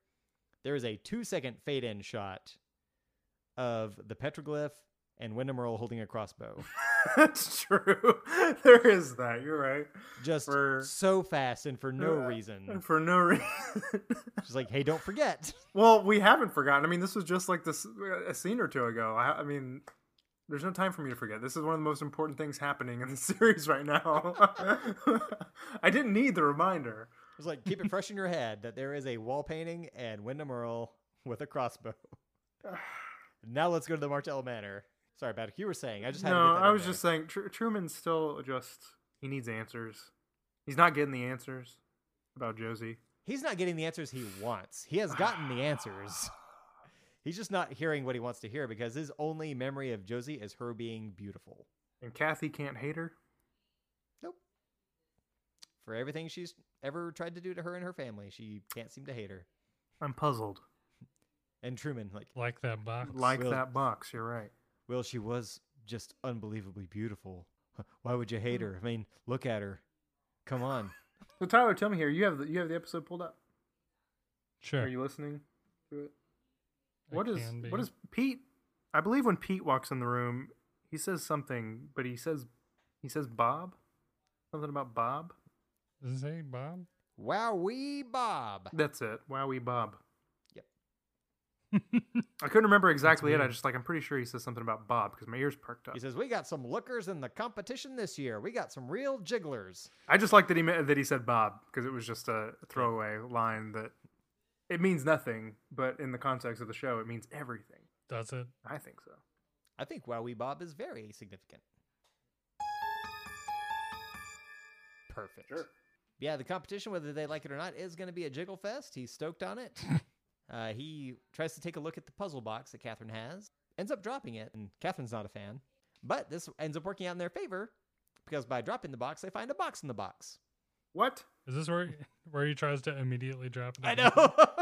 [SPEAKER 1] there is a two second fade in shot of the petroglyph and Wyndham Earl holding a crossbow.
[SPEAKER 2] that's true. there is that. You're right.
[SPEAKER 1] Just
[SPEAKER 2] For-
[SPEAKER 1] so fast and for no
[SPEAKER 2] Uh,
[SPEAKER 1] reason.
[SPEAKER 2] For no reason.
[SPEAKER 1] She's like, hey, don't forget.
[SPEAKER 2] well, we haven't forgotten. I mean, this was just like this a scene or two ago. I, I mean, there's no time for me to forget. This is one of the most important things happening in the series right now. I didn't need the reminder.
[SPEAKER 1] It's like, keep it fresh in your head that there is a wall painting and Wyndham Earl with a crossbow. now let's go to the Martell Manor. Sorry, Baddock, you were saying. I just had
[SPEAKER 2] no,
[SPEAKER 1] to get that
[SPEAKER 2] I
[SPEAKER 1] in
[SPEAKER 2] was
[SPEAKER 1] there.
[SPEAKER 2] just saying Tr- Truman's still just he needs answers. He's not getting the answers about Josie.
[SPEAKER 1] He's not getting the answers he wants. He has gotten the answers. He's just not hearing what he wants to hear because his only memory of Josie is her being beautiful.
[SPEAKER 2] And Kathy can't hate her.
[SPEAKER 1] For everything she's ever tried to do to her and her family, she can't seem to hate her.
[SPEAKER 2] I'm puzzled.
[SPEAKER 1] And Truman, like,
[SPEAKER 3] Like that box.
[SPEAKER 2] Like
[SPEAKER 1] Well-
[SPEAKER 2] that box, you're right.
[SPEAKER 1] well, she was just unbelievably beautiful. Why would you
[SPEAKER 2] Hmm.
[SPEAKER 1] hate her? I mean, look at her. Come on.
[SPEAKER 2] So Tyler, tell me here, you have the you have the episode pulled up.
[SPEAKER 3] Sure.
[SPEAKER 2] Are you listening to it?
[SPEAKER 3] I
[SPEAKER 2] What is
[SPEAKER 3] can be.
[SPEAKER 2] what is Pete? I believe when Pete walks in the room, he says something, but he says he says Bob, something about Bob.
[SPEAKER 3] Does it say Bob?
[SPEAKER 1] Wowee, Bob.
[SPEAKER 2] That's it. Wowie Bob.
[SPEAKER 1] Yep.
[SPEAKER 2] I couldn't remember exactly it. I
[SPEAKER 3] weird.
[SPEAKER 2] just like I'm pretty sure he says something about Bob because my ears perked up.
[SPEAKER 1] He says, We got some lookers in the competition this year. We got some real jigglers.
[SPEAKER 2] I just like that he meant, that he said Bob because it was just a throwaway line that it means nothing, but in the context of the show, it means everything.
[SPEAKER 3] Does it?
[SPEAKER 2] I think so.
[SPEAKER 1] I think Wowie Bob is very significant. Perfect. Yeah, the competition, whether they like it or not, is going to be a jiggle fest. He's stoked on it. uh, he tries to take a look at the puzzle box that Catherine has, ends up dropping it, and Catherine's not a fan. But this ends up working out in their favor because by dropping the box, they find a box in the box.
[SPEAKER 2] What?
[SPEAKER 3] Is this where where he tries to immediately drop it?
[SPEAKER 1] I
[SPEAKER 3] in?
[SPEAKER 1] know.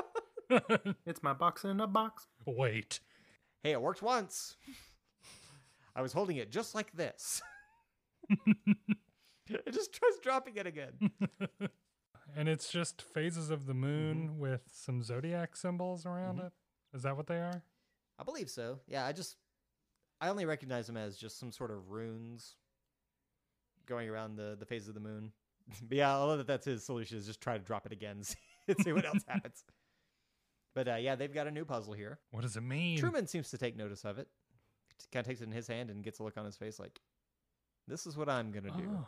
[SPEAKER 2] It's my box in a box.
[SPEAKER 3] Wait.
[SPEAKER 1] hey, it worked once. I was holding it just like this. it just tries dropping it again.
[SPEAKER 3] And it's just phases of the moon with some zodiac symbols around it. Is that what they are?
[SPEAKER 1] I believe so. Yeah, I just I only recognize them as just some sort of runes going around the the phase of the moon. but yeah, I love that that's his solution is just try to drop it again see- and see what else happens. But uh, yeah, they've got a new puzzle here.
[SPEAKER 3] What does it mean?
[SPEAKER 1] Truman seems to take notice of it. Kind of takes it in his hand and gets a look on his face like, "This is what I'm gonna do."
[SPEAKER 3] Oh,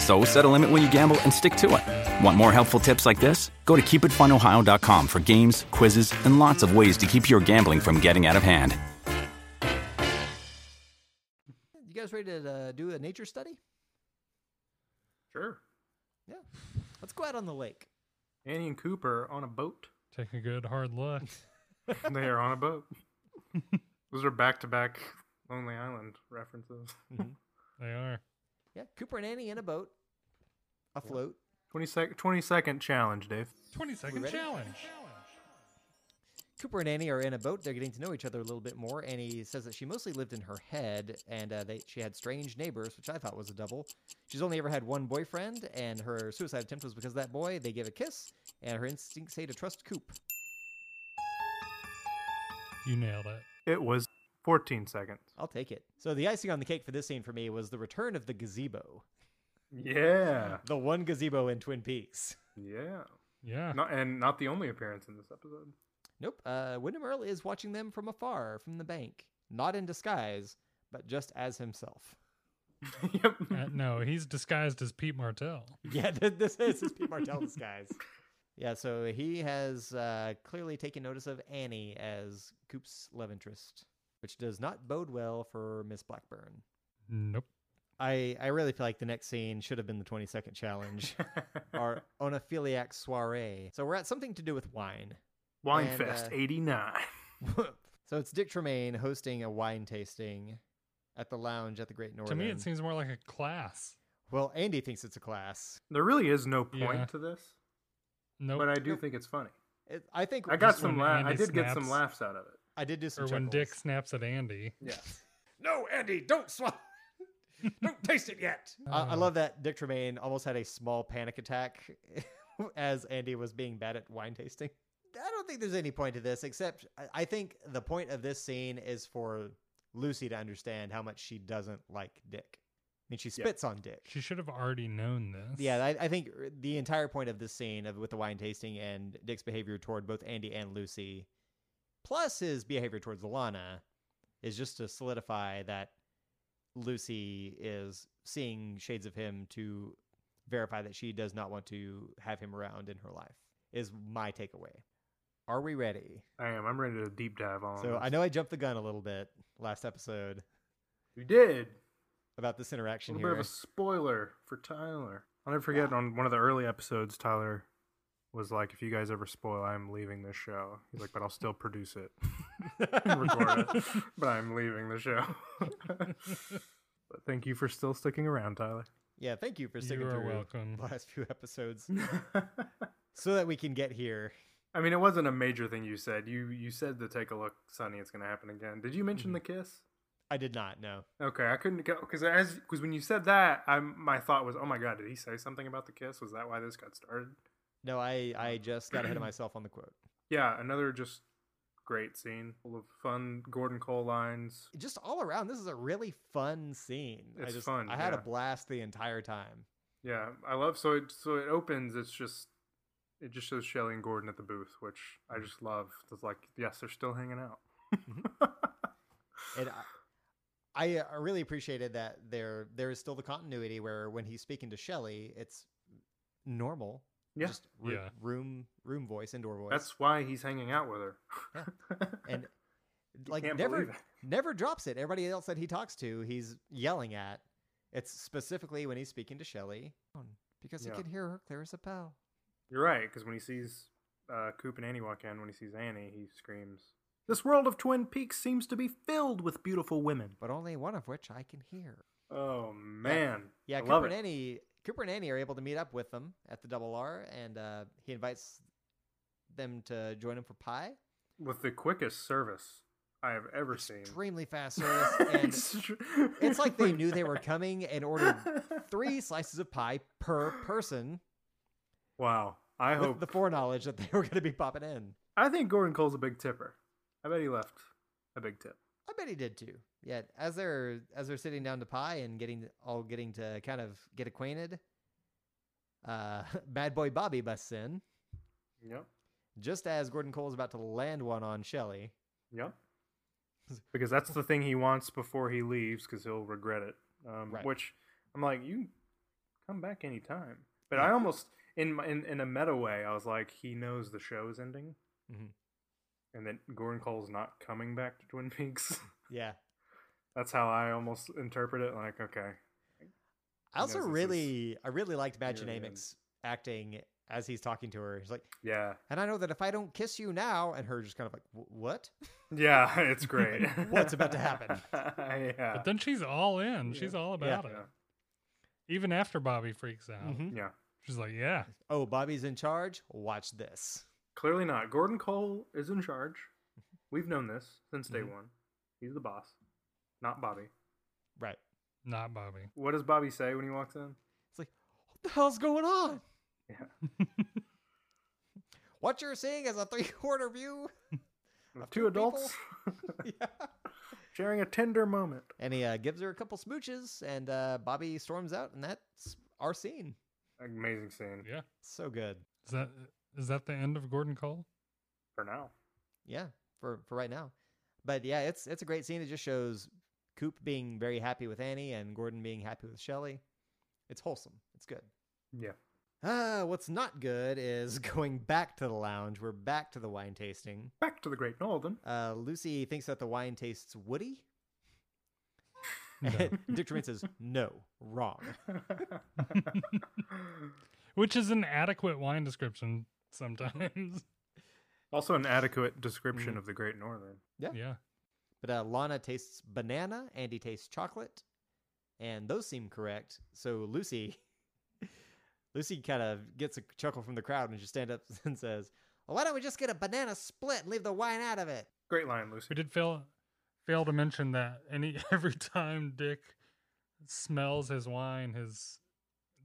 [SPEAKER 5] So set a limit when you gamble and stick to it. Want more helpful tips like this? Go to keepitfunohio.com for games, quizzes, and lots of ways to keep your gambling from getting out of hand.
[SPEAKER 1] You guys ready to uh, do a nature study?
[SPEAKER 2] Sure.
[SPEAKER 1] Yeah, let's go out on the lake.
[SPEAKER 2] Annie and Cooper are on a boat.
[SPEAKER 3] Take a good hard look.
[SPEAKER 2] they are on a boat. Those are back to back Lonely Island references.
[SPEAKER 3] They are.
[SPEAKER 1] Yeah, Cooper and Annie in a boat, afloat.
[SPEAKER 2] 20 sec- 20 second challenge, Dave.
[SPEAKER 3] 20 second
[SPEAKER 1] ready?
[SPEAKER 3] challenge.
[SPEAKER 1] Cooper and Annie are in a boat. They're getting to know each other a little bit more. Annie says that she mostly lived in her head, and uh, they, she had strange neighbors, which I thought was a double. She's only ever had one boyfriend, and her suicide attempt was because of that boy. They give a kiss, and her instincts say to trust Coop.
[SPEAKER 3] You nailed it.
[SPEAKER 2] It was 14 seconds.
[SPEAKER 1] I'll take it. So the icing on the cake for this scene for me was the return of the gazebo,
[SPEAKER 2] Yeah.
[SPEAKER 1] the one gazebo in Twin Peaks.
[SPEAKER 2] Yeah.
[SPEAKER 3] Yeah.
[SPEAKER 2] Not, and not the only appearance in this episode.
[SPEAKER 1] Nope. Uh, Wyndham Earl is watching them from afar, from the bank, not in disguise, but just as himself.
[SPEAKER 2] yep.
[SPEAKER 3] Uh, no, he's disguised as Pete Martell.
[SPEAKER 1] Yeah, th- this is his Pete Martell disguise. Yeah, so he has uh, clearly taken notice of Annie as Coop's love interest, which does not bode well for Miss Blackburn.
[SPEAKER 3] Nope.
[SPEAKER 1] I, I really feel like the next scene should have been the 20 second challenge, our onophiliac soiree. So we're at something to do with wine.
[SPEAKER 2] Winefest
[SPEAKER 1] and,
[SPEAKER 2] Fest
[SPEAKER 1] uh,
[SPEAKER 2] 89.
[SPEAKER 1] so it's Dick Tremaine hosting a wine tasting at the lounge at the Great Northern.
[SPEAKER 3] to me, it seems more like a class.
[SPEAKER 1] Well, Andy thinks it's a class.
[SPEAKER 2] There really is no point
[SPEAKER 3] Yeah.
[SPEAKER 2] to this,
[SPEAKER 3] Nope.
[SPEAKER 2] but I do think it's funny.
[SPEAKER 1] It, I think
[SPEAKER 2] I got
[SPEAKER 1] just-
[SPEAKER 2] some
[SPEAKER 3] when
[SPEAKER 2] la- I
[SPEAKER 3] Andy
[SPEAKER 2] did get some
[SPEAKER 3] snaps.
[SPEAKER 2] laughs out of it.
[SPEAKER 1] I did do some.
[SPEAKER 3] or when
[SPEAKER 1] chuckles.
[SPEAKER 3] Dick snaps at Andy.
[SPEAKER 1] No, Andy, don't swallow. don't taste it yet. I, I
[SPEAKER 2] Oh.
[SPEAKER 3] Uh.
[SPEAKER 1] love that Dick Tremaine almost had a small panic attack as Andy was being bad at wine tasting. I don't think there's any point to this, except I- I think the point of this scene is for Lucy to understand how much she doesn't like Dick. I mean, she
[SPEAKER 2] Yeah.
[SPEAKER 1] spits on Dick.
[SPEAKER 3] She should have already known this.
[SPEAKER 1] Yeah, I, I think uh, the entire point of this scene of with the wine tasting and Dick's behavior toward both Andy and Lucy, plus his behavior towards Lana, is just to solidify that Lucy is seeing shades of him to verify that she does not want to have him around in her life. Is my takeaway. Are we ready?
[SPEAKER 2] I am. I'm ready to deep dive on.
[SPEAKER 1] So
[SPEAKER 2] this.
[SPEAKER 1] I know I jumped the gun a little bit last episode
[SPEAKER 2] we did.
[SPEAKER 1] about this
[SPEAKER 2] A
[SPEAKER 1] interaction
[SPEAKER 2] little
[SPEAKER 1] here.
[SPEAKER 2] bit of a spoiler for Tyler. I'll never forget on one of the early episodes, Tyler was like, "If you guys ever spoil, I'm leaving the show." He's like, "But I'll still produce it, and record it, but I'm leaving the show." but thank you for still sticking around, Tyler.
[SPEAKER 1] yeah, thank you for sticking
[SPEAKER 3] You are
[SPEAKER 1] through
[SPEAKER 3] welcome.
[SPEAKER 1] the last few episodes so that we can get here.
[SPEAKER 2] I mean, it wasn't a major thing you said. You you said to take a look, Sonny. It's going to happen again. Did you mention the kiss?
[SPEAKER 1] I did not know.
[SPEAKER 2] Okay, I couldn't go because as because when you said that, I my thought was, "Oh my god, did he say something about the kiss? Was that why this got started?"
[SPEAKER 1] No, I, I just got ahead of myself on the quote.
[SPEAKER 2] Yeah, another just great scene full of fun Gordon Cole lines.
[SPEAKER 1] Just all around, this is a really fun scene. I
[SPEAKER 2] It's
[SPEAKER 1] just,
[SPEAKER 2] fun,
[SPEAKER 1] I had a
[SPEAKER 2] yeah.
[SPEAKER 1] blast the entire time.
[SPEAKER 2] Yeah, I love so it so it opens. It's just it just shows Shelley and Gordon at the booth, which
[SPEAKER 1] Mm-hmm.
[SPEAKER 2] I just love. It's like yes, they're still hanging out.
[SPEAKER 1] Mm-hmm. And I, I uh, really appreciated that there there is still the continuity where when he's speaking to Shelley, it's normal.
[SPEAKER 2] Yeah.
[SPEAKER 1] Just roo-
[SPEAKER 3] Yeah.
[SPEAKER 1] room room voice, indoor voice.
[SPEAKER 2] That's why he's hanging out with her.
[SPEAKER 1] and like
[SPEAKER 2] can't
[SPEAKER 1] never
[SPEAKER 2] believe it.
[SPEAKER 1] never drops it. Everybody else that he talks to, he's yelling at. It's specifically when he's speaking to Shelley because
[SPEAKER 2] Yeah.
[SPEAKER 1] he can hear her clear as a bell.
[SPEAKER 2] You're right, because when he sees uh, Coop and Annie walk in, when he sees Annie, he screams, "This world of Twin Peaks seems to be filled with beautiful women."
[SPEAKER 1] but only one of which I can hear.
[SPEAKER 2] Oh man,
[SPEAKER 1] Yeah,
[SPEAKER 2] I
[SPEAKER 1] Cooper
[SPEAKER 2] love
[SPEAKER 1] and
[SPEAKER 2] it.
[SPEAKER 1] Annie, Cooper and Annie are able to meet up with them at the Double R, and uh, he invites them to join him for pie.
[SPEAKER 2] with the quickest service I have ever seen.
[SPEAKER 1] Extremely fast service, and it's like they knew they were coming and ordered three slices of pie per person
[SPEAKER 2] Wow. I
[SPEAKER 1] with
[SPEAKER 2] hope.
[SPEAKER 1] the foreknowledge that they were going to be popping in.
[SPEAKER 2] I think Gordon Cole's a big tipper. I bet he left a big tip.
[SPEAKER 1] I bet he did too. Yeah, as they're as they're sitting down to pie and getting all getting to kind of get acquainted, uh, bad boy Bobby busts in.
[SPEAKER 2] Yep.
[SPEAKER 1] just as Gordon Cole is about to land one on Shelley.
[SPEAKER 2] Yep. Because that's the thing he wants before he leaves, because he'll regret it. Um,
[SPEAKER 1] Right.
[SPEAKER 2] Which I'm like, you can come back anytime. But I almost, in, my, in in a meta way, I was like, he knows the show is ending,
[SPEAKER 1] Mhm.
[SPEAKER 2] and that Gordon Cole's not coming back to Twin Peaks.
[SPEAKER 1] Yeah.
[SPEAKER 2] that's how I almost interpret it. Like, okay,
[SPEAKER 1] I also
[SPEAKER 2] knows this is
[SPEAKER 1] really, I really liked
[SPEAKER 2] near the
[SPEAKER 1] Maginamix acting as he's talking to her. He's like,
[SPEAKER 2] yeah,
[SPEAKER 1] and I know that if I don't kiss you now, and her just kind of like, "Wh- what?
[SPEAKER 2] Yeah, it's great.
[SPEAKER 1] What's about to happen?
[SPEAKER 2] yeah.
[SPEAKER 3] But then she's all in.
[SPEAKER 2] Yeah.
[SPEAKER 3] She's all about it. Even after Bobby freaks out,
[SPEAKER 1] Mhm.
[SPEAKER 2] Yeah.
[SPEAKER 3] she's like, "Yeah,
[SPEAKER 1] Oh, Bobby's in charge. Watch this.
[SPEAKER 2] Clearly not. Gordon Cole is in charge. We've known this since day
[SPEAKER 6] Mhm.
[SPEAKER 2] one. He's the boss, not Bobby.
[SPEAKER 6] Right.
[SPEAKER 3] Not Bobby.
[SPEAKER 2] What does Bobby say when he walks in?
[SPEAKER 6] It's like,
[SPEAKER 1] What the hell's going on?
[SPEAKER 2] Yeah,
[SPEAKER 1] What you're seeing is a three quarter view.
[SPEAKER 2] with
[SPEAKER 1] two
[SPEAKER 2] two adults
[SPEAKER 1] yeah.
[SPEAKER 2] sharing a tender moment.
[SPEAKER 1] And he uh, gives her a couple smooches, and uh, Bobby storms out, and that's our scene.
[SPEAKER 2] Amazing scene
[SPEAKER 3] Yeah.
[SPEAKER 1] So good.
[SPEAKER 3] Is that is that the end of Gordon Cole?
[SPEAKER 2] for now.
[SPEAKER 1] yeah for for right now but yeah it's it's a great scene it just shows coop being very happy with annie and gordon being happy with shelly it's wholesome it's good
[SPEAKER 2] Yeah,
[SPEAKER 1] ah what's not good is going back to the lounge we're back to the wine tasting
[SPEAKER 2] back to the Great Northern.
[SPEAKER 1] uh, lucy thinks that the wine tastes woody
[SPEAKER 3] No.
[SPEAKER 1] dick Tremaine says no wrong
[SPEAKER 3] Which is an adequate wine description sometimes.
[SPEAKER 2] also, an adequate description
[SPEAKER 1] Mhm.
[SPEAKER 2] of the Great Northern.
[SPEAKER 1] Yeah.
[SPEAKER 3] yeah.
[SPEAKER 1] but uh, lana tastes banana andy tastes chocolate and those seem correct so lucy Lucy kind of gets a chuckle from the crowd and she stands up and says, well, "Why don't we just get a banana split and leave the wine out of it?"
[SPEAKER 2] Great line, Lucy.
[SPEAKER 3] We did fail fail to mention that any every time Dick smells his wine, his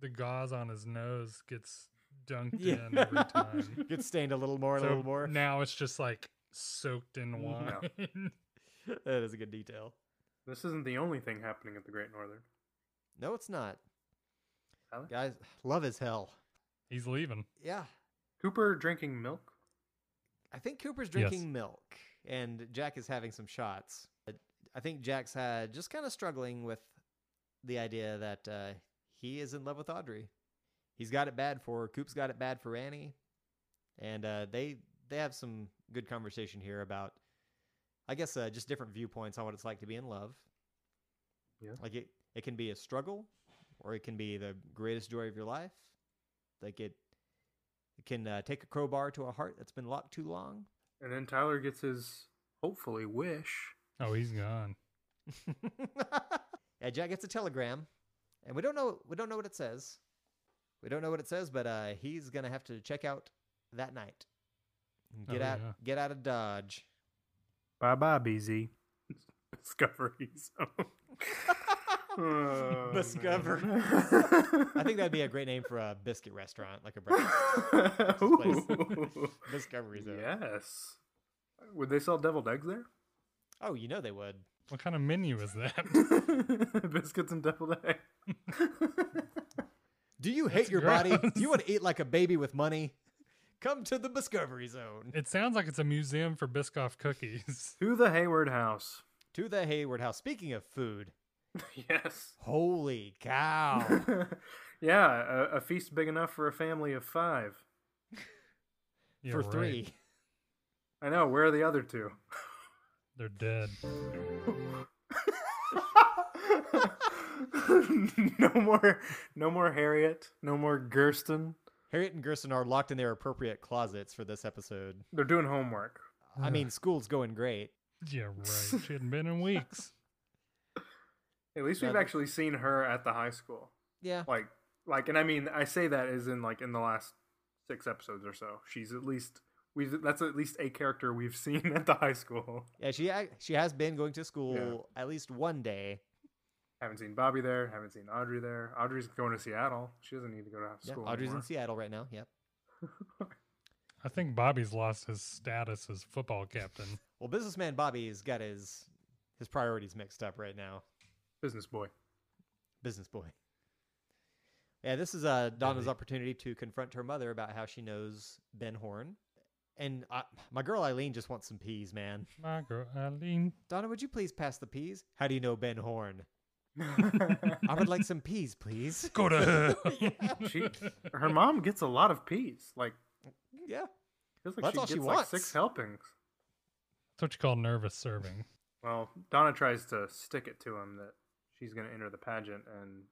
[SPEAKER 3] the gauze on his nose gets dunked
[SPEAKER 1] Yeah.
[SPEAKER 3] in every time.
[SPEAKER 1] Gets stained a little more, and a
[SPEAKER 3] So
[SPEAKER 1] little more. Mm-hmm.
[SPEAKER 3] Now it's just like soaked in wine.
[SPEAKER 2] Mhm.
[SPEAKER 1] that is a good detail.
[SPEAKER 2] This isn't the only thing happening at the Great Northern.
[SPEAKER 1] No, it's not.
[SPEAKER 2] Tyler?
[SPEAKER 1] Guys, love is hell.
[SPEAKER 3] He's leaving.
[SPEAKER 1] Yeah,
[SPEAKER 2] Cooper drinking milk.
[SPEAKER 1] I think Cooper's
[SPEAKER 3] Yes.
[SPEAKER 1] drinking milk, and Jack is having some shots. But I think Jack's uh, just kind of struggling with the idea that uh, he is in love with Audrey. He's got it bad for Coop's got it bad for Annie, and uh, they they have some good conversation here about, I guess, uh, just different viewpoints on what it's like to be in love.
[SPEAKER 2] Yeah.
[SPEAKER 1] like it it can be a struggle, or it can be the greatest joy of your life. Like it, it can uh, take a crowbar to a heart that's been locked too long.
[SPEAKER 2] And then Tyler gets his hopefully wish.
[SPEAKER 3] Oh, he's gone.
[SPEAKER 1] yeah, Jack gets a telegram, and we don't know we don't know what it says. We don't know what it says, but uh, he's gonna have to check out that night. and Get
[SPEAKER 3] Oh,
[SPEAKER 1] out,
[SPEAKER 3] yeah.
[SPEAKER 1] get out of Dodge.
[SPEAKER 2] Bye bye, BZ. Discovery Zone. Oh,
[SPEAKER 1] Discovery.
[SPEAKER 2] man.
[SPEAKER 1] I think that'd be a great name for a biscuit restaurant, like a breakfast
[SPEAKER 2] Ooh.
[SPEAKER 1] place. Discovery Zone.
[SPEAKER 2] Yes. Would they sell deviled eggs there?
[SPEAKER 1] Oh, you know they would.
[SPEAKER 3] What kind of menu is that?
[SPEAKER 2] Biscuits and deviled egg.
[SPEAKER 1] Do you hate your body?
[SPEAKER 3] gross.
[SPEAKER 1] You want to eat like a baby with money? Come to the Discovery Zone.
[SPEAKER 3] It sounds like it's a museum for Biscoff cookies.
[SPEAKER 2] to the Hayward house.
[SPEAKER 1] To the Hayward House. Speaking of food,
[SPEAKER 2] Yes.
[SPEAKER 1] holy cow!
[SPEAKER 2] yeah, a, a feast big enough for a family of five.
[SPEAKER 3] Yeah,
[SPEAKER 1] for
[SPEAKER 3] right.
[SPEAKER 1] three.
[SPEAKER 2] I know. Where are the other two?
[SPEAKER 3] They're dead.
[SPEAKER 2] no more, no more Harriet. No more Gersten.
[SPEAKER 1] Harriet and Gerson are locked in their appropriate closets for this episode.
[SPEAKER 2] They're doing homework.
[SPEAKER 1] I mean, school's going great.
[SPEAKER 3] Yeah, right. She hadn't been in weeks.
[SPEAKER 2] At least we've
[SPEAKER 1] That-
[SPEAKER 2] actually seen her at the high school.
[SPEAKER 1] Yeah.
[SPEAKER 2] Like, like, and I mean, I say that as in like in the last six episodes or so. She's at least we've that's at least a character we've seen at the high school.
[SPEAKER 1] Yeah, she ac- she has been going to school at least one day.
[SPEAKER 2] Haven't seen Bobby there. Haven't seen Audrey there. Audrey's going to Seattle. She doesn't need to go to
[SPEAKER 1] Yeah,
[SPEAKER 2] school.
[SPEAKER 1] Audrey's in
[SPEAKER 2] anymore.
[SPEAKER 1] Seattle right now. Yep.
[SPEAKER 3] I think Bobby's lost his status as football captain.
[SPEAKER 1] Well, businessman Bobby's got his his priorities mixed up right now.
[SPEAKER 2] Business boy.
[SPEAKER 1] Business boy. Yeah, this is uh, Donna's opportunity to confront her mother about how she knows Ben Horn. And I, my girl Eileen just wants some peas, man.
[SPEAKER 3] My girl Eileen.
[SPEAKER 1] Donna, would you please pass the peas? How do you know Ben Horn? I would like some peas, please.
[SPEAKER 3] Go to hell.
[SPEAKER 2] She, her mom gets a lot of peas. Like,
[SPEAKER 1] Yeah.
[SPEAKER 2] feels like
[SPEAKER 1] That's
[SPEAKER 2] she
[SPEAKER 1] all she
[SPEAKER 2] gets like
[SPEAKER 1] wants.
[SPEAKER 2] six helpings.
[SPEAKER 3] That's what you call nervous serving.
[SPEAKER 2] Well, Donna tries to stick it to him that she's going to enter the pageant, and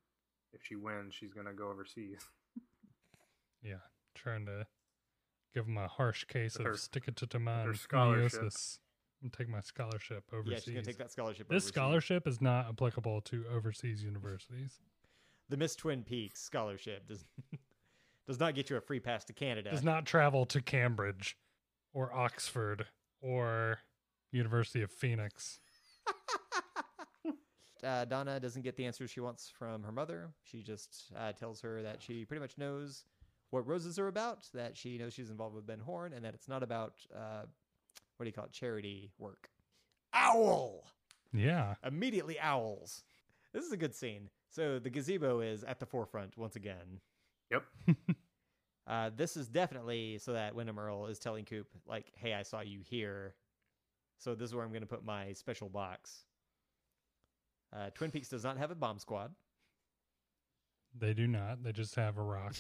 [SPEAKER 2] if she wins, she's going to go overseas.
[SPEAKER 3] Yeah, trying to give him a harsh case
[SPEAKER 2] With her-
[SPEAKER 3] of stick it to demand
[SPEAKER 2] scholarship.
[SPEAKER 3] and take my scholarship
[SPEAKER 1] Yeah,
[SPEAKER 3] overseas.
[SPEAKER 1] she's going to take that scholarship.
[SPEAKER 3] this
[SPEAKER 1] overseas.
[SPEAKER 3] scholarship is not applicable to overseas universities.
[SPEAKER 1] the Miss Twin Peaks scholarship does does not get you a free pass to Canada.
[SPEAKER 3] Does not travel to Cambridge. or Oxford or University of Phoenix.
[SPEAKER 1] uh, Donna doesn't get the answer she wants from her mother. She just uh, tells her that she pretty much knows what roses are about, that she knows she's involved with Ben Horn, and that it's not about, uh, what do you call it, charity work. Owl!
[SPEAKER 3] Yeah.
[SPEAKER 1] Immediately owls. This is a good scene. So the gazebo is at the forefront once again.
[SPEAKER 2] Yep.
[SPEAKER 1] Uh, this is definitely so that Wyndham Earl is telling Coop, like, hey, I saw you here. So this is where I'm going to put my special box. Uh, Twin Peaks does not have a bomb squad.
[SPEAKER 3] They do not. They just have a rock.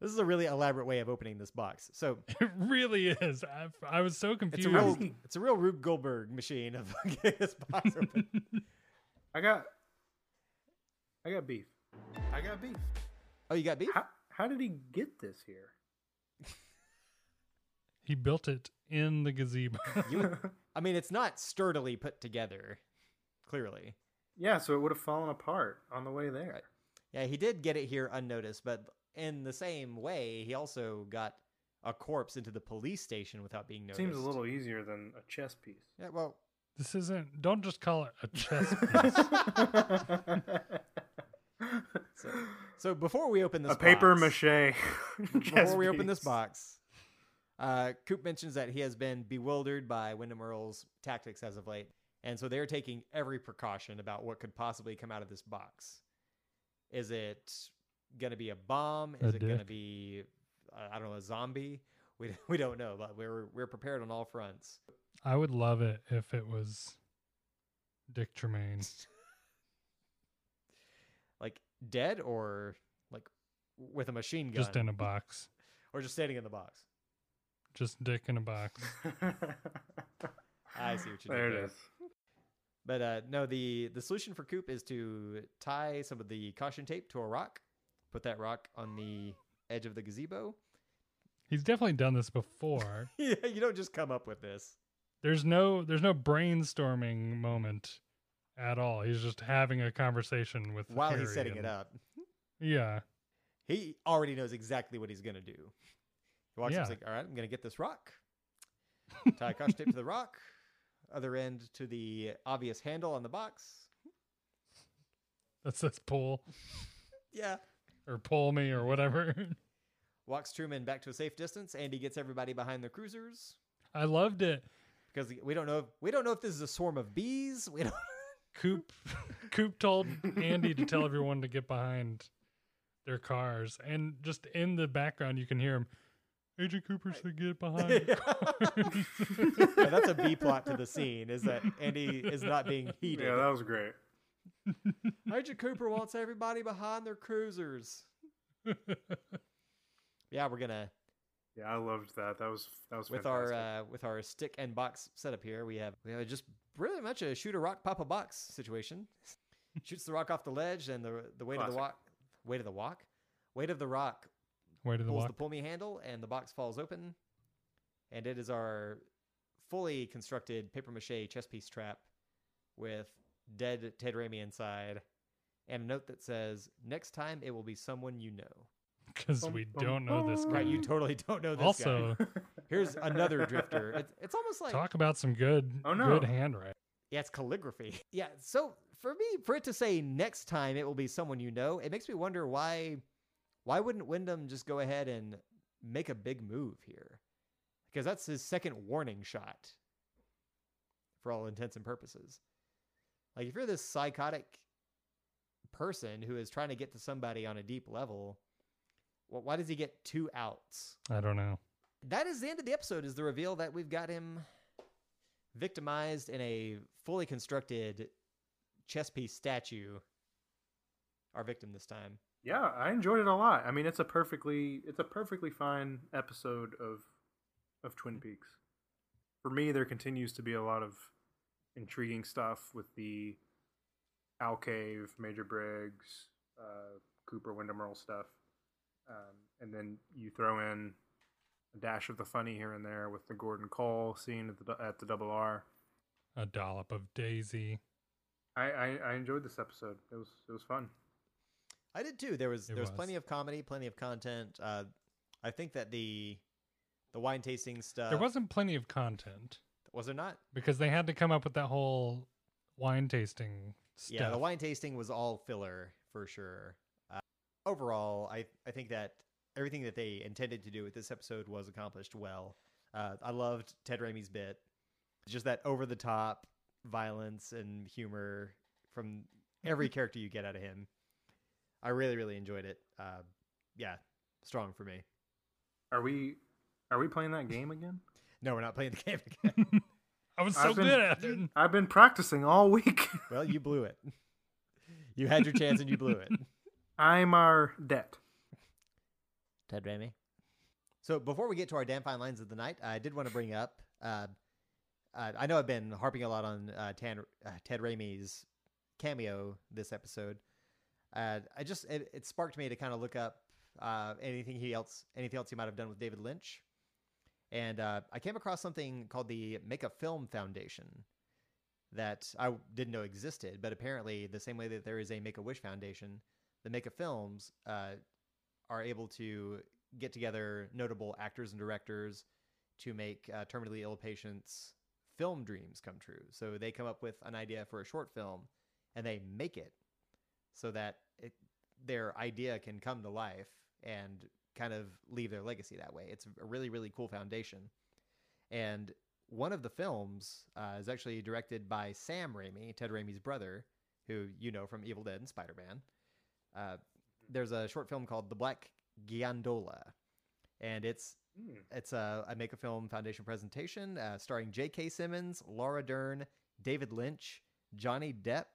[SPEAKER 1] This is a really elaborate way of opening this box. So
[SPEAKER 3] it really is. I, I was so
[SPEAKER 1] it's a
[SPEAKER 3] confused.
[SPEAKER 1] real, it's a real Rube Goldberg machine of getting this box open.
[SPEAKER 2] I got. I got beef. I got beef.
[SPEAKER 1] Oh, you got beef?
[SPEAKER 2] How, how did he get this here?
[SPEAKER 3] he built it in the gazebo.
[SPEAKER 1] You, I mean, it's not sturdily put together, clearly.
[SPEAKER 2] Yeah, so it would have fallen apart on the way there.
[SPEAKER 1] Right. Yeah, he did get it here unnoticed, but in the same way, he also got a corpse into the police station without being noticed.
[SPEAKER 2] Seems a little easier than a chess piece.
[SPEAKER 1] Yeah, well,
[SPEAKER 3] this isn't. Don't just call it a chess piece.
[SPEAKER 1] so, so before we open this
[SPEAKER 2] a paper
[SPEAKER 1] box,
[SPEAKER 2] mache. chess
[SPEAKER 1] before we open this
[SPEAKER 2] piece.
[SPEAKER 1] box, uh, Coop mentions that he has been bewildered by Wyndham Earl's tactics as of late, and so they're taking every precaution about what could possibly come out of this box. Is it going to be a bomb?
[SPEAKER 3] A
[SPEAKER 1] Is it going to
[SPEAKER 3] dick.
[SPEAKER 1] be uh, I don't know a zombie? We we don't know, but we're we're prepared on all fronts.
[SPEAKER 3] I would love it if it was Dick Tremaine.
[SPEAKER 1] Like dead or like with a machine gun,
[SPEAKER 3] Just in a box.
[SPEAKER 1] or just standing in the box.
[SPEAKER 3] Just Dick in a box.
[SPEAKER 1] I see what you did
[SPEAKER 2] There
[SPEAKER 1] there.
[SPEAKER 2] it is.
[SPEAKER 1] But uh, no, the the solution for Coop is to tie some of the caution tape to a rock, put that rock on the edge of the gazebo.
[SPEAKER 3] He's definitely done this before.
[SPEAKER 1] yeah, you don't just come up with this.
[SPEAKER 3] There's no there's no brainstorming moment at all. He's just having a conversation with
[SPEAKER 1] While
[SPEAKER 3] Harry
[SPEAKER 1] he's setting it
[SPEAKER 3] and-
[SPEAKER 1] up,
[SPEAKER 3] Yeah.
[SPEAKER 1] he already knows exactly what he's gonna do. He walks up,
[SPEAKER 3] Yeah.
[SPEAKER 1] he's like, "All right, I'm gonna get this rock. Tie caution tape to the rock, other end to the obvious handle on the box.
[SPEAKER 3] That says pull
[SPEAKER 1] Yeah."
[SPEAKER 3] or pull me or whatever.
[SPEAKER 1] Walks Truman back to a safe distance. Andy gets everybody behind the cruisers
[SPEAKER 3] I loved it.
[SPEAKER 1] because we don't know. If, we don't know if this is a swarm of bees. We don't.
[SPEAKER 3] Coop Coop told Andy to tell everyone to get behind their cars. And just in the background you can hear him Agent Cooper said get behind the cars."
[SPEAKER 1] Yeah, that's a B plot to the scene is that Andy is not being heeded.
[SPEAKER 2] Yeah, that was great.
[SPEAKER 1] Agent Cooper wants everybody behind their cruisers. yeah, we're gonna
[SPEAKER 2] Yeah, I loved that. That was that was
[SPEAKER 1] with
[SPEAKER 2] fantastic.
[SPEAKER 1] our uh, with our stick and box setup here. We have we have just really much a shoot a rock, pop a box situation. Shoots the rock off the ledge, and the the weight of the
[SPEAKER 2] Classic.
[SPEAKER 1] walk, weight of the walk, weight of the rock
[SPEAKER 3] Way to the
[SPEAKER 1] pulls the
[SPEAKER 3] walk.
[SPEAKER 1] pull me handle, and the box falls open, and it is our fully constructed paper mache chess piece trap with dead Ted Raimi inside, and a note that says, "Next time it will be someone you know."
[SPEAKER 3] Because
[SPEAKER 2] Bum,
[SPEAKER 3] we
[SPEAKER 2] bum,
[SPEAKER 3] don't know this guy.
[SPEAKER 1] Right? You totally don't know this guy.
[SPEAKER 3] Mm. also
[SPEAKER 1] uh, Here's another drifter. It's, it's almost like
[SPEAKER 3] talk about some good
[SPEAKER 2] Oh, no.
[SPEAKER 3] good handwriting.
[SPEAKER 1] yeah, it's calligraphy. Yeah. So for me, for it to say next time it will be someone you know, it makes me wonder why why wouldn't Wyndham just go ahead and make a big move here? Because that's his second warning shot for all intents and purposes. Like if you're this psychotic person who is trying to get to somebody on a deep level, wh- why does he get two outs?
[SPEAKER 3] I don't know.
[SPEAKER 1] that is the end of the episode is the reveal that we've got him victimized in a fully constructed chess piece statue our victim this time
[SPEAKER 2] yeah, I enjoyed it a lot. I mean, it's a perfectly it's a perfectly fine episode of of Twin Peaks. For me, there continues to be a lot of intriguing stuff with the Owl Cave, Major Briggs, uh, Cooper Wyndham Earl stuff, um, and then you throw in a dash of the funny here and there with the Gordon Cole scene at the at the Double R.
[SPEAKER 3] A dollop of daisy.
[SPEAKER 2] I, I, I enjoyed this episode. It was it was fun.
[SPEAKER 1] i did too there was
[SPEAKER 3] It
[SPEAKER 1] there was
[SPEAKER 3] was.
[SPEAKER 1] plenty of comedy plenty of content uh, i think that the the wine tasting stuff.
[SPEAKER 3] there wasn't plenty of content
[SPEAKER 1] was there not?
[SPEAKER 3] because they had to come up with that whole wine tasting stuff.
[SPEAKER 1] Yeah, the wine tasting was all filler for sure. Uh, overall, I I think that everything that they intended to do with this episode was accomplished well. Uh, I loved Ted Raimi's bit, just that over the top violence and humor from every character you get out of him. I really really enjoyed it. Uh, yeah, strong for me.
[SPEAKER 2] Are we are we playing that game again?
[SPEAKER 1] No, we're not playing the game again.
[SPEAKER 3] I was so
[SPEAKER 2] I've been-
[SPEAKER 3] good at it.
[SPEAKER 2] I've been practicing all week.
[SPEAKER 1] well, you blew it. You had your chance and you blew it.
[SPEAKER 2] I'm our debt.
[SPEAKER 1] Ted Raimi. So before we get to our damn fine lines of the night, I did want to bring up. Uh, uh, I know I've been harping a lot on uh, Tan, uh, Ted Raimi's cameo this episode. Uh, I just it, it sparked me to kind of look up uh, anything he else anything else he might have done with David Lynch, and uh, I came across something called the Make a Film Foundation that I didn't know existed, but apparently the same way that there is a Make a Wish Foundation, the Make a Films uh, are able to get together notable actors and directors to make uh, terminally ill patients film dreams come true. So they come up with an idea for a short film and they make it so that it, their idea can come to life and kind of leave their legacy that way. It's a really, really cool foundation. And one of the films uh, is actually directed by Sam Raimi, Ted Raimi's brother, who you know from Evil Dead and Spider Man. Uh, there's a short film called The Black Giandola, and it's
[SPEAKER 2] Hmm,
[SPEAKER 1] it's a, a Make a Film Foundation presentation uh, starring J.K. Simmons, Laura Dern, David Lynch, Johnny Depp,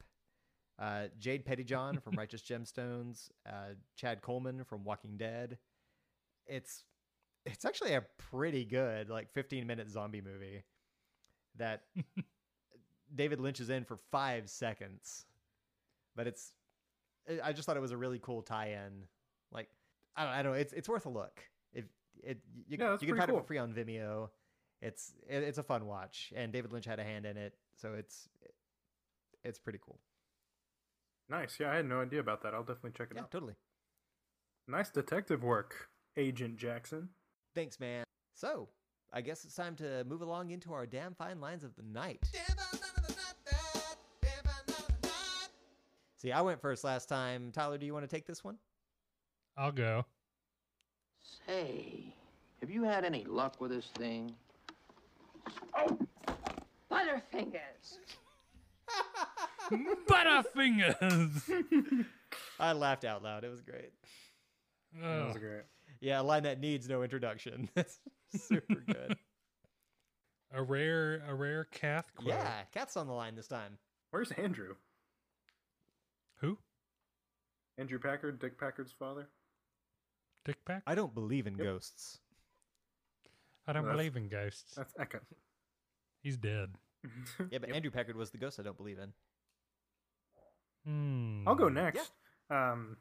[SPEAKER 1] uh, Jade Pettyjohn from Righteous Gemstones, uh, Chad Coleman from Walking Dead. It's it's actually a pretty good like 15 minute zombie movie that David Lynch is in for five seconds, but it's I- I just thought it was a really cool tie-in. Like I don't, I don't know. It's it's worth a look. If it you,
[SPEAKER 2] Yeah, that's
[SPEAKER 1] you can
[SPEAKER 2] pretty
[SPEAKER 1] find it
[SPEAKER 2] cool.
[SPEAKER 1] for free on Vimeo. It's it, it's a fun watch, and David Lynch had a hand in it, so it's it's pretty cool.
[SPEAKER 2] Nice. Yeah, I had no idea about that. I'll definitely check it
[SPEAKER 1] Yeah,
[SPEAKER 2] out.
[SPEAKER 1] totally.
[SPEAKER 2] Nice detective work, Agent Jackson.
[SPEAKER 1] Thanks, man. So I guess it's time to move along into our damn fine lines of the night. See, I went first last time. Tyler, do you want to take this one?
[SPEAKER 3] I'll go.
[SPEAKER 7] Say, have you had any luck with this thing? Oh, Butterfingers.
[SPEAKER 3] Butterfingers.
[SPEAKER 1] I laughed out loud. It was great.
[SPEAKER 2] That was
[SPEAKER 3] Ugh.
[SPEAKER 2] great.
[SPEAKER 1] Yeah, a line that needs no introduction. That's super good.
[SPEAKER 3] a rare, a rare Cath quote.
[SPEAKER 1] yeah, cat's on the line this time.
[SPEAKER 2] Where's Andrew?
[SPEAKER 3] Who?
[SPEAKER 2] Andrew Packard, Dick Packard's father.
[SPEAKER 3] Dick Pack?
[SPEAKER 1] I don't believe in ghosts.
[SPEAKER 3] I don't
[SPEAKER 2] That's-
[SPEAKER 3] believe in ghosts.
[SPEAKER 2] That's Echo.
[SPEAKER 3] He's dead.
[SPEAKER 1] Yeah, but Andrew Packard was the ghost I don't believe in.
[SPEAKER 3] Hmm.
[SPEAKER 2] I'll go next. Um,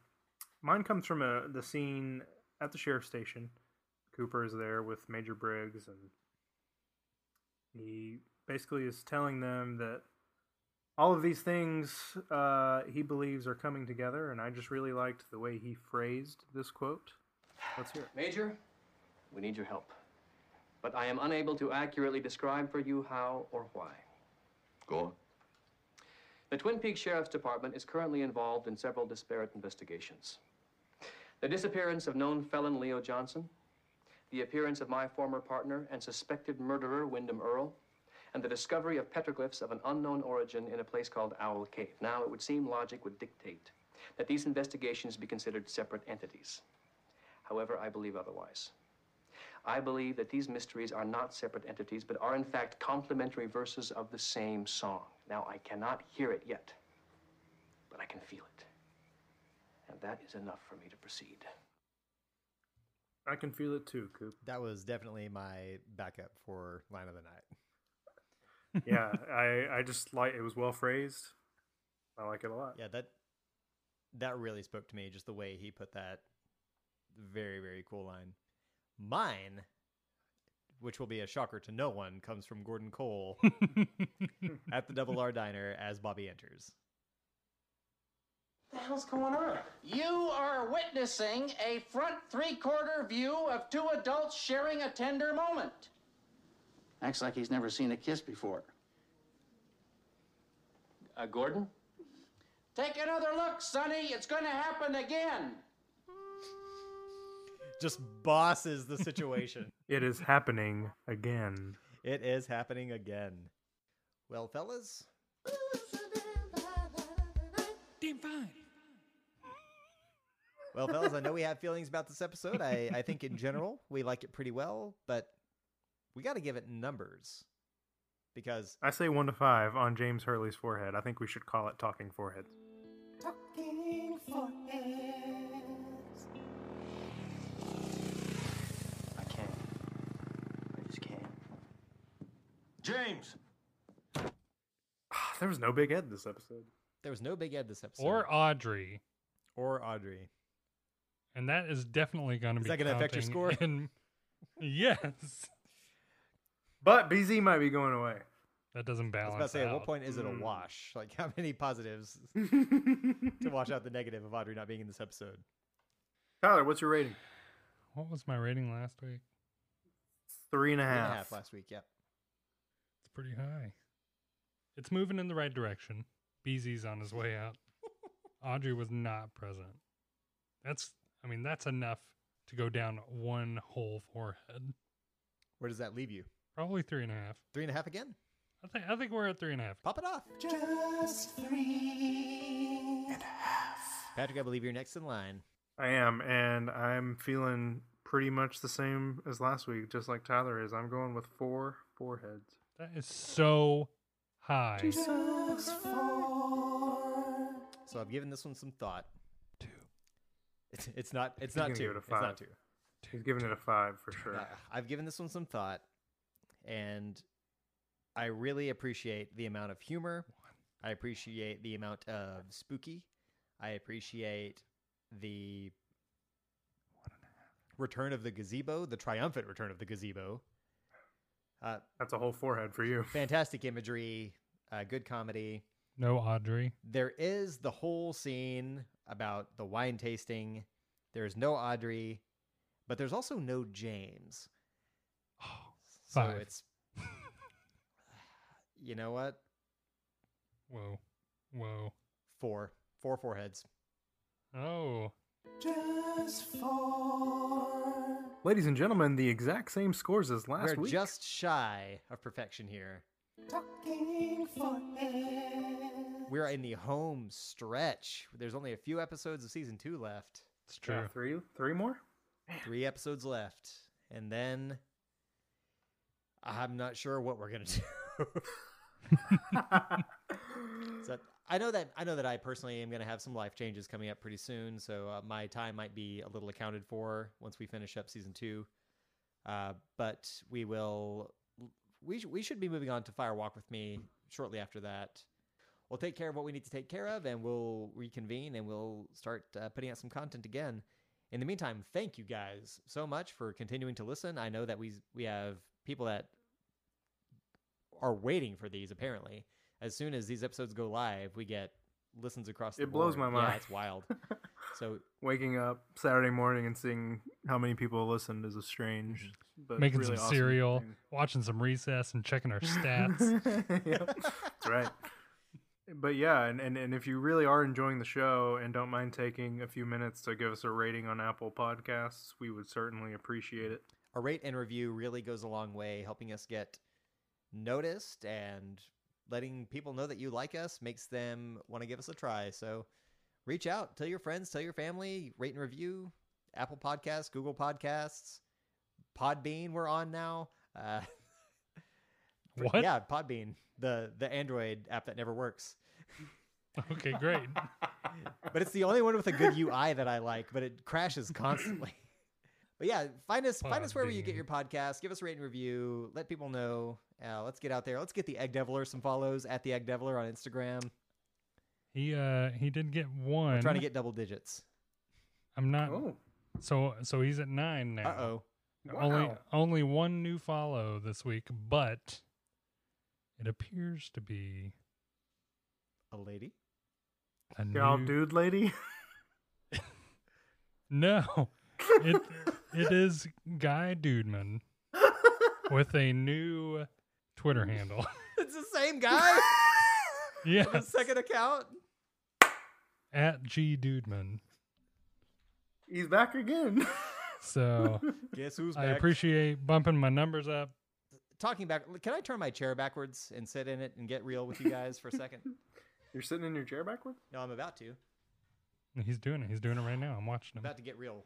[SPEAKER 2] mine comes from a, the scene at the sheriff's station. Cooper is there with Major Briggs, and he basically is telling them that all of these things uh, he believes are coming together. And I just really liked the way he phrased this quote. Let's hear it.
[SPEAKER 7] Major, we need your help. But I am unable to accurately describe for you how or why. Go on. The Twin Peaks Sheriff's Department is currently involved in several disparate investigations. The disappearance of known felon Leo Johnson, the appearance of my former partner and suspected murderer Wyndham Earle, and the discovery of petroglyphs of an unknown origin in a place called Owl Cave. Now, it would seem logic would dictate that these investigations be considered separate entities. However, I believe otherwise. I believe that these mysteries are not separate entities, but are in fact complementary verses of the same song. Now, I cannot hear it yet, but I can feel it. And that is enough for me to proceed.
[SPEAKER 2] I can feel it too, Coop.
[SPEAKER 1] That was definitely my backup for line of the night.
[SPEAKER 2] Yeah, I, I just like it was well phrased. I like it a lot.
[SPEAKER 1] Yeah, that that really spoke to me just the way he put that very very cool line. Mine, which will be a shocker to no one, comes from Gordon Cole at the Double R Diner as Bobby enters.
[SPEAKER 8] The hell's going on?
[SPEAKER 4] You are witnessing a front three quarter view of two adults sharing a tender moment. Acts like he's never seen a kiss before.
[SPEAKER 7] Uh, Gordon?
[SPEAKER 4] Take another look, Sonny. It's going to happen again.
[SPEAKER 1] Just bosses the situation.
[SPEAKER 2] It is happening again.
[SPEAKER 1] it is happening again. Well, fellas,
[SPEAKER 9] Damn fine.
[SPEAKER 1] well, fellas, I know we have feelings about this episode. I, I think in general we like it pretty well, but we got to give it numbers because
[SPEAKER 2] I say one to five on James Hurley's forehead. I think we should call it talking foreheads.
[SPEAKER 7] I can't. I just can't.
[SPEAKER 8] James!
[SPEAKER 2] Ah, There was no big Ed this episode.
[SPEAKER 1] there was no big Ed this episode.
[SPEAKER 3] Or Audrey.
[SPEAKER 1] or Audrey.
[SPEAKER 3] And that is definitely going to
[SPEAKER 1] Is
[SPEAKER 3] be.
[SPEAKER 1] that gonna affect your
[SPEAKER 3] counting
[SPEAKER 1] score?
[SPEAKER 3] in- yes,
[SPEAKER 2] But BZ might be going away.
[SPEAKER 3] that doesn't
[SPEAKER 1] I
[SPEAKER 3] balance.
[SPEAKER 1] was about to say, at
[SPEAKER 3] out.
[SPEAKER 1] what point is it a
[SPEAKER 2] Mm.
[SPEAKER 1] wash? Like, how many positives to wash out the negative of Audrey not being in this episode?
[SPEAKER 2] Tyler, what's your rating?
[SPEAKER 3] What was my rating last week?
[SPEAKER 2] Three and a
[SPEAKER 1] Three and
[SPEAKER 2] half.
[SPEAKER 1] a half last week. Yep.
[SPEAKER 3] It's pretty high. It's moving in the right direction. BZ's on his way out. Audrey was not present. That's, I mean, that's enough to go down one whole forehead.
[SPEAKER 1] Where does that leave you?
[SPEAKER 3] Probably three and a half.
[SPEAKER 1] Three and a half again.
[SPEAKER 3] I think I think we're at three and a half.
[SPEAKER 1] Pop it off. Just three and a half. Patrick, I believe you're next in line.
[SPEAKER 2] I am, and I'm feeling pretty much the same as last week, just like Tyler is. I'm going with four foreheads.
[SPEAKER 3] That is so high.
[SPEAKER 1] So I've given this one some thought.
[SPEAKER 3] Two.
[SPEAKER 1] It's, it's not. It's
[SPEAKER 2] He's
[SPEAKER 1] not
[SPEAKER 2] gonna
[SPEAKER 1] two.
[SPEAKER 2] give it a
[SPEAKER 1] It's not
[SPEAKER 2] five.
[SPEAKER 1] two.
[SPEAKER 2] He's giving it a five for sure.
[SPEAKER 1] Uh, I've given this one some thought, and I really appreciate the amount of humor. I appreciate the amount of spooky. I appreciate the return of the gazebo, the triumphant return of the gazebo. Uh,
[SPEAKER 2] That's a whole forehead for you.
[SPEAKER 1] fantastic imagery, uh, good comedy.
[SPEAKER 3] No Audrey.
[SPEAKER 1] There is the whole scene about the wine tasting. There's no Audrey, but there's also no James.
[SPEAKER 3] Oh,
[SPEAKER 1] So
[SPEAKER 3] Five.
[SPEAKER 1] it's you know what?
[SPEAKER 3] whoa, whoa.
[SPEAKER 1] Four. Four foreheads.
[SPEAKER 3] Oh,
[SPEAKER 2] Ladies and gentlemen, the exact same scores as last
[SPEAKER 1] We're
[SPEAKER 2] week.
[SPEAKER 1] just shy of perfection here. We're in the home stretch. There's only a few episodes of season two left.
[SPEAKER 3] it's
[SPEAKER 2] Yeah,
[SPEAKER 3] true.
[SPEAKER 2] three, three more.
[SPEAKER 1] Three episodes left. And then I'm not sure what we're gonna do. So I know that I know that I personally am going to have some life changes coming up pretty soon, so uh, my time might be a little accounted for once we finish up season two. Uh, but we will we sh- we should be moving on to Fire Walk with Me shortly after that. We'll take care of what we need to take care of, and we'll reconvene and we'll start uh, putting out some content again. In the meantime, thank you guys so much for continuing to listen. I know that we we have people that are waiting for these apparently as soon as these episodes go live, we get listens across the
[SPEAKER 2] It blows
[SPEAKER 1] board.
[SPEAKER 2] my
[SPEAKER 1] Yeah,
[SPEAKER 2] mind.
[SPEAKER 1] it's wild. so
[SPEAKER 2] Waking up Saturday morning and seeing how many people listened is a strange, but
[SPEAKER 3] Mm-hmm. Making
[SPEAKER 2] really
[SPEAKER 3] some
[SPEAKER 2] awesome
[SPEAKER 3] cereal,
[SPEAKER 2] thing.
[SPEAKER 3] watching some recess, and checking our stats.
[SPEAKER 2] Yep, That's right. But yeah, and, and, and if you really are enjoying the show and don't mind taking a few minutes to give us a rating on Apple Podcasts, we would certainly appreciate it.
[SPEAKER 1] a rate and review really goes a long way, helping us get noticed and letting people know that you like us makes them want to give us a try. So reach out, tell your friends, tell your family, rate and review Apple Podcasts, Google Podcasts, Podbean. We're on now. Uh,
[SPEAKER 3] what?
[SPEAKER 1] yeah, Podbean, the the Android app that never works,
[SPEAKER 3] Okay, great.
[SPEAKER 1] but it's the only one with a good UI that I like, but it crashes constantly. But yeah, find us find us wherever you get
[SPEAKER 3] Podbean.
[SPEAKER 1] your podcast. Give us a rate and review. Let people know. Uh, let's get out there. Let's get the Egg Deviler some follows at the Egg Deviler on Instagram.
[SPEAKER 3] He uh he did get one.
[SPEAKER 1] We're trying to get double digits.
[SPEAKER 3] I'm not.
[SPEAKER 2] Oh,
[SPEAKER 3] So so he's at nine now.
[SPEAKER 1] Uh oh.
[SPEAKER 3] Only
[SPEAKER 2] wow.
[SPEAKER 3] only one new follow this week, but it appears to be
[SPEAKER 1] A lady?
[SPEAKER 3] A
[SPEAKER 2] Y'all
[SPEAKER 3] new-
[SPEAKER 2] dude lady?
[SPEAKER 3] No, it it is Guy Dudeman with a new Twitter handle.
[SPEAKER 1] It's the same guy.
[SPEAKER 3] yeah,
[SPEAKER 1] Second account.
[SPEAKER 3] at G Dudeman.
[SPEAKER 2] He's back again.
[SPEAKER 3] So
[SPEAKER 1] Guess who's
[SPEAKER 3] I
[SPEAKER 1] back?
[SPEAKER 3] appreciate bumping my numbers up.
[SPEAKER 1] Talking back, can I turn my chair backwards and sit in it and get real with you guys for a second?
[SPEAKER 2] You're sitting in your chair backwards?
[SPEAKER 1] No, I'm about to.
[SPEAKER 3] He's doing it. He's doing it right now. I'm watching him.
[SPEAKER 1] About to get real.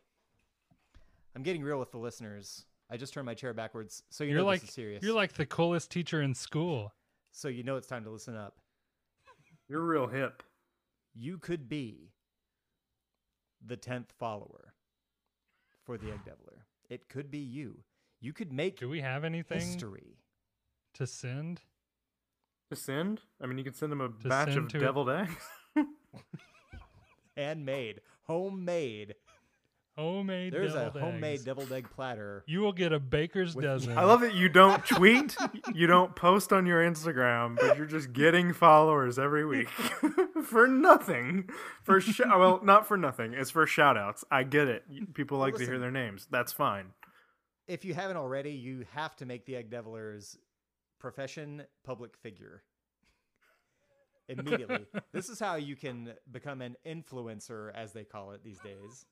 [SPEAKER 1] I'm getting real with the listeners. I just turned my chair backwards, so you
[SPEAKER 3] You're
[SPEAKER 1] know
[SPEAKER 3] like
[SPEAKER 1] this is serious.
[SPEAKER 3] you're like the coolest teacher in school.
[SPEAKER 1] so you know it's time to listen up.
[SPEAKER 2] You're real hip.
[SPEAKER 1] You could be the tenth follower for the Egg Deviler. It could be you. You could make
[SPEAKER 3] Do we have anything
[SPEAKER 1] history.
[SPEAKER 3] to send?
[SPEAKER 2] To send? I mean, you can send him a
[SPEAKER 3] To
[SPEAKER 2] batch
[SPEAKER 3] send
[SPEAKER 2] of
[SPEAKER 3] to-
[SPEAKER 2] deviled eggs.
[SPEAKER 1] Handmade, homemade.
[SPEAKER 3] Homemade.
[SPEAKER 1] There's a
[SPEAKER 3] deviled
[SPEAKER 1] homemade
[SPEAKER 3] eggs.
[SPEAKER 1] deviled egg platter.
[SPEAKER 3] You will get a baker's
[SPEAKER 1] With-
[SPEAKER 3] dozen.
[SPEAKER 2] I love that you don't tweet, you don't post on your Instagram, but you're just getting followers every week for nothing. For sh- well, not for nothing. It's for shout outs. I get it. You- People like to hear
[SPEAKER 1] listen.
[SPEAKER 2] their names. That's fine.
[SPEAKER 1] If you haven't already, you have to make the Egg Deviler's profession public figure. Immediately. this is how you can become an influencer, as they call it these days.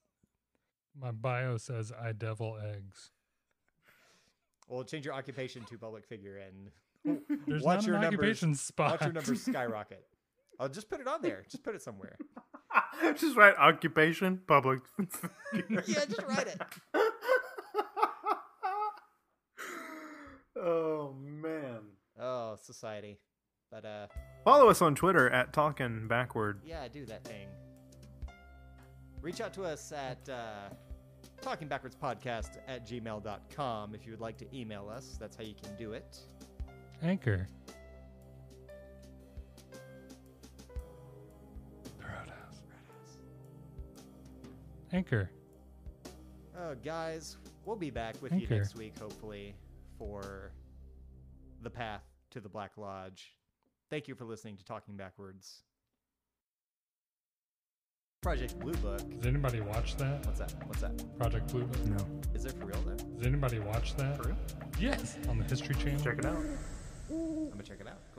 [SPEAKER 3] My bio says I devil eggs.
[SPEAKER 1] Well, change your occupation to public figure and
[SPEAKER 3] There's
[SPEAKER 1] watch
[SPEAKER 3] not
[SPEAKER 1] your
[SPEAKER 3] an
[SPEAKER 1] numbers-
[SPEAKER 3] occupation spot.
[SPEAKER 1] watch your numbers skyrocket. I'll just put it on there. Just put it somewhere.
[SPEAKER 2] just write occupation public.
[SPEAKER 1] yeah, just write it.
[SPEAKER 2] oh man.
[SPEAKER 1] Oh, society. But uh,
[SPEAKER 2] Follow us on Twitter at Talkin' Backward.
[SPEAKER 1] yeah, do that thing. Reach out to us at uh, talkingbackwardspodcast at gmail.com if you would like to email us. That's how you can do it.
[SPEAKER 3] Anchor. Roadhouse. Anchor.
[SPEAKER 1] Oh, guys, we'll be back with
[SPEAKER 3] Anchor.
[SPEAKER 1] you next week, hopefully, for the path to the Black Lodge. Thank you for listening to Talking Backwards. Project Blue Book.
[SPEAKER 3] Does anybody watch that?
[SPEAKER 1] What's that? What's that?
[SPEAKER 3] Project Blue Book?
[SPEAKER 2] No.
[SPEAKER 1] Is it for real though?
[SPEAKER 3] Does anybody watch that?
[SPEAKER 2] For real?
[SPEAKER 3] Yes. On the History Channel.
[SPEAKER 2] Check it out.
[SPEAKER 1] I'm gonna check it out.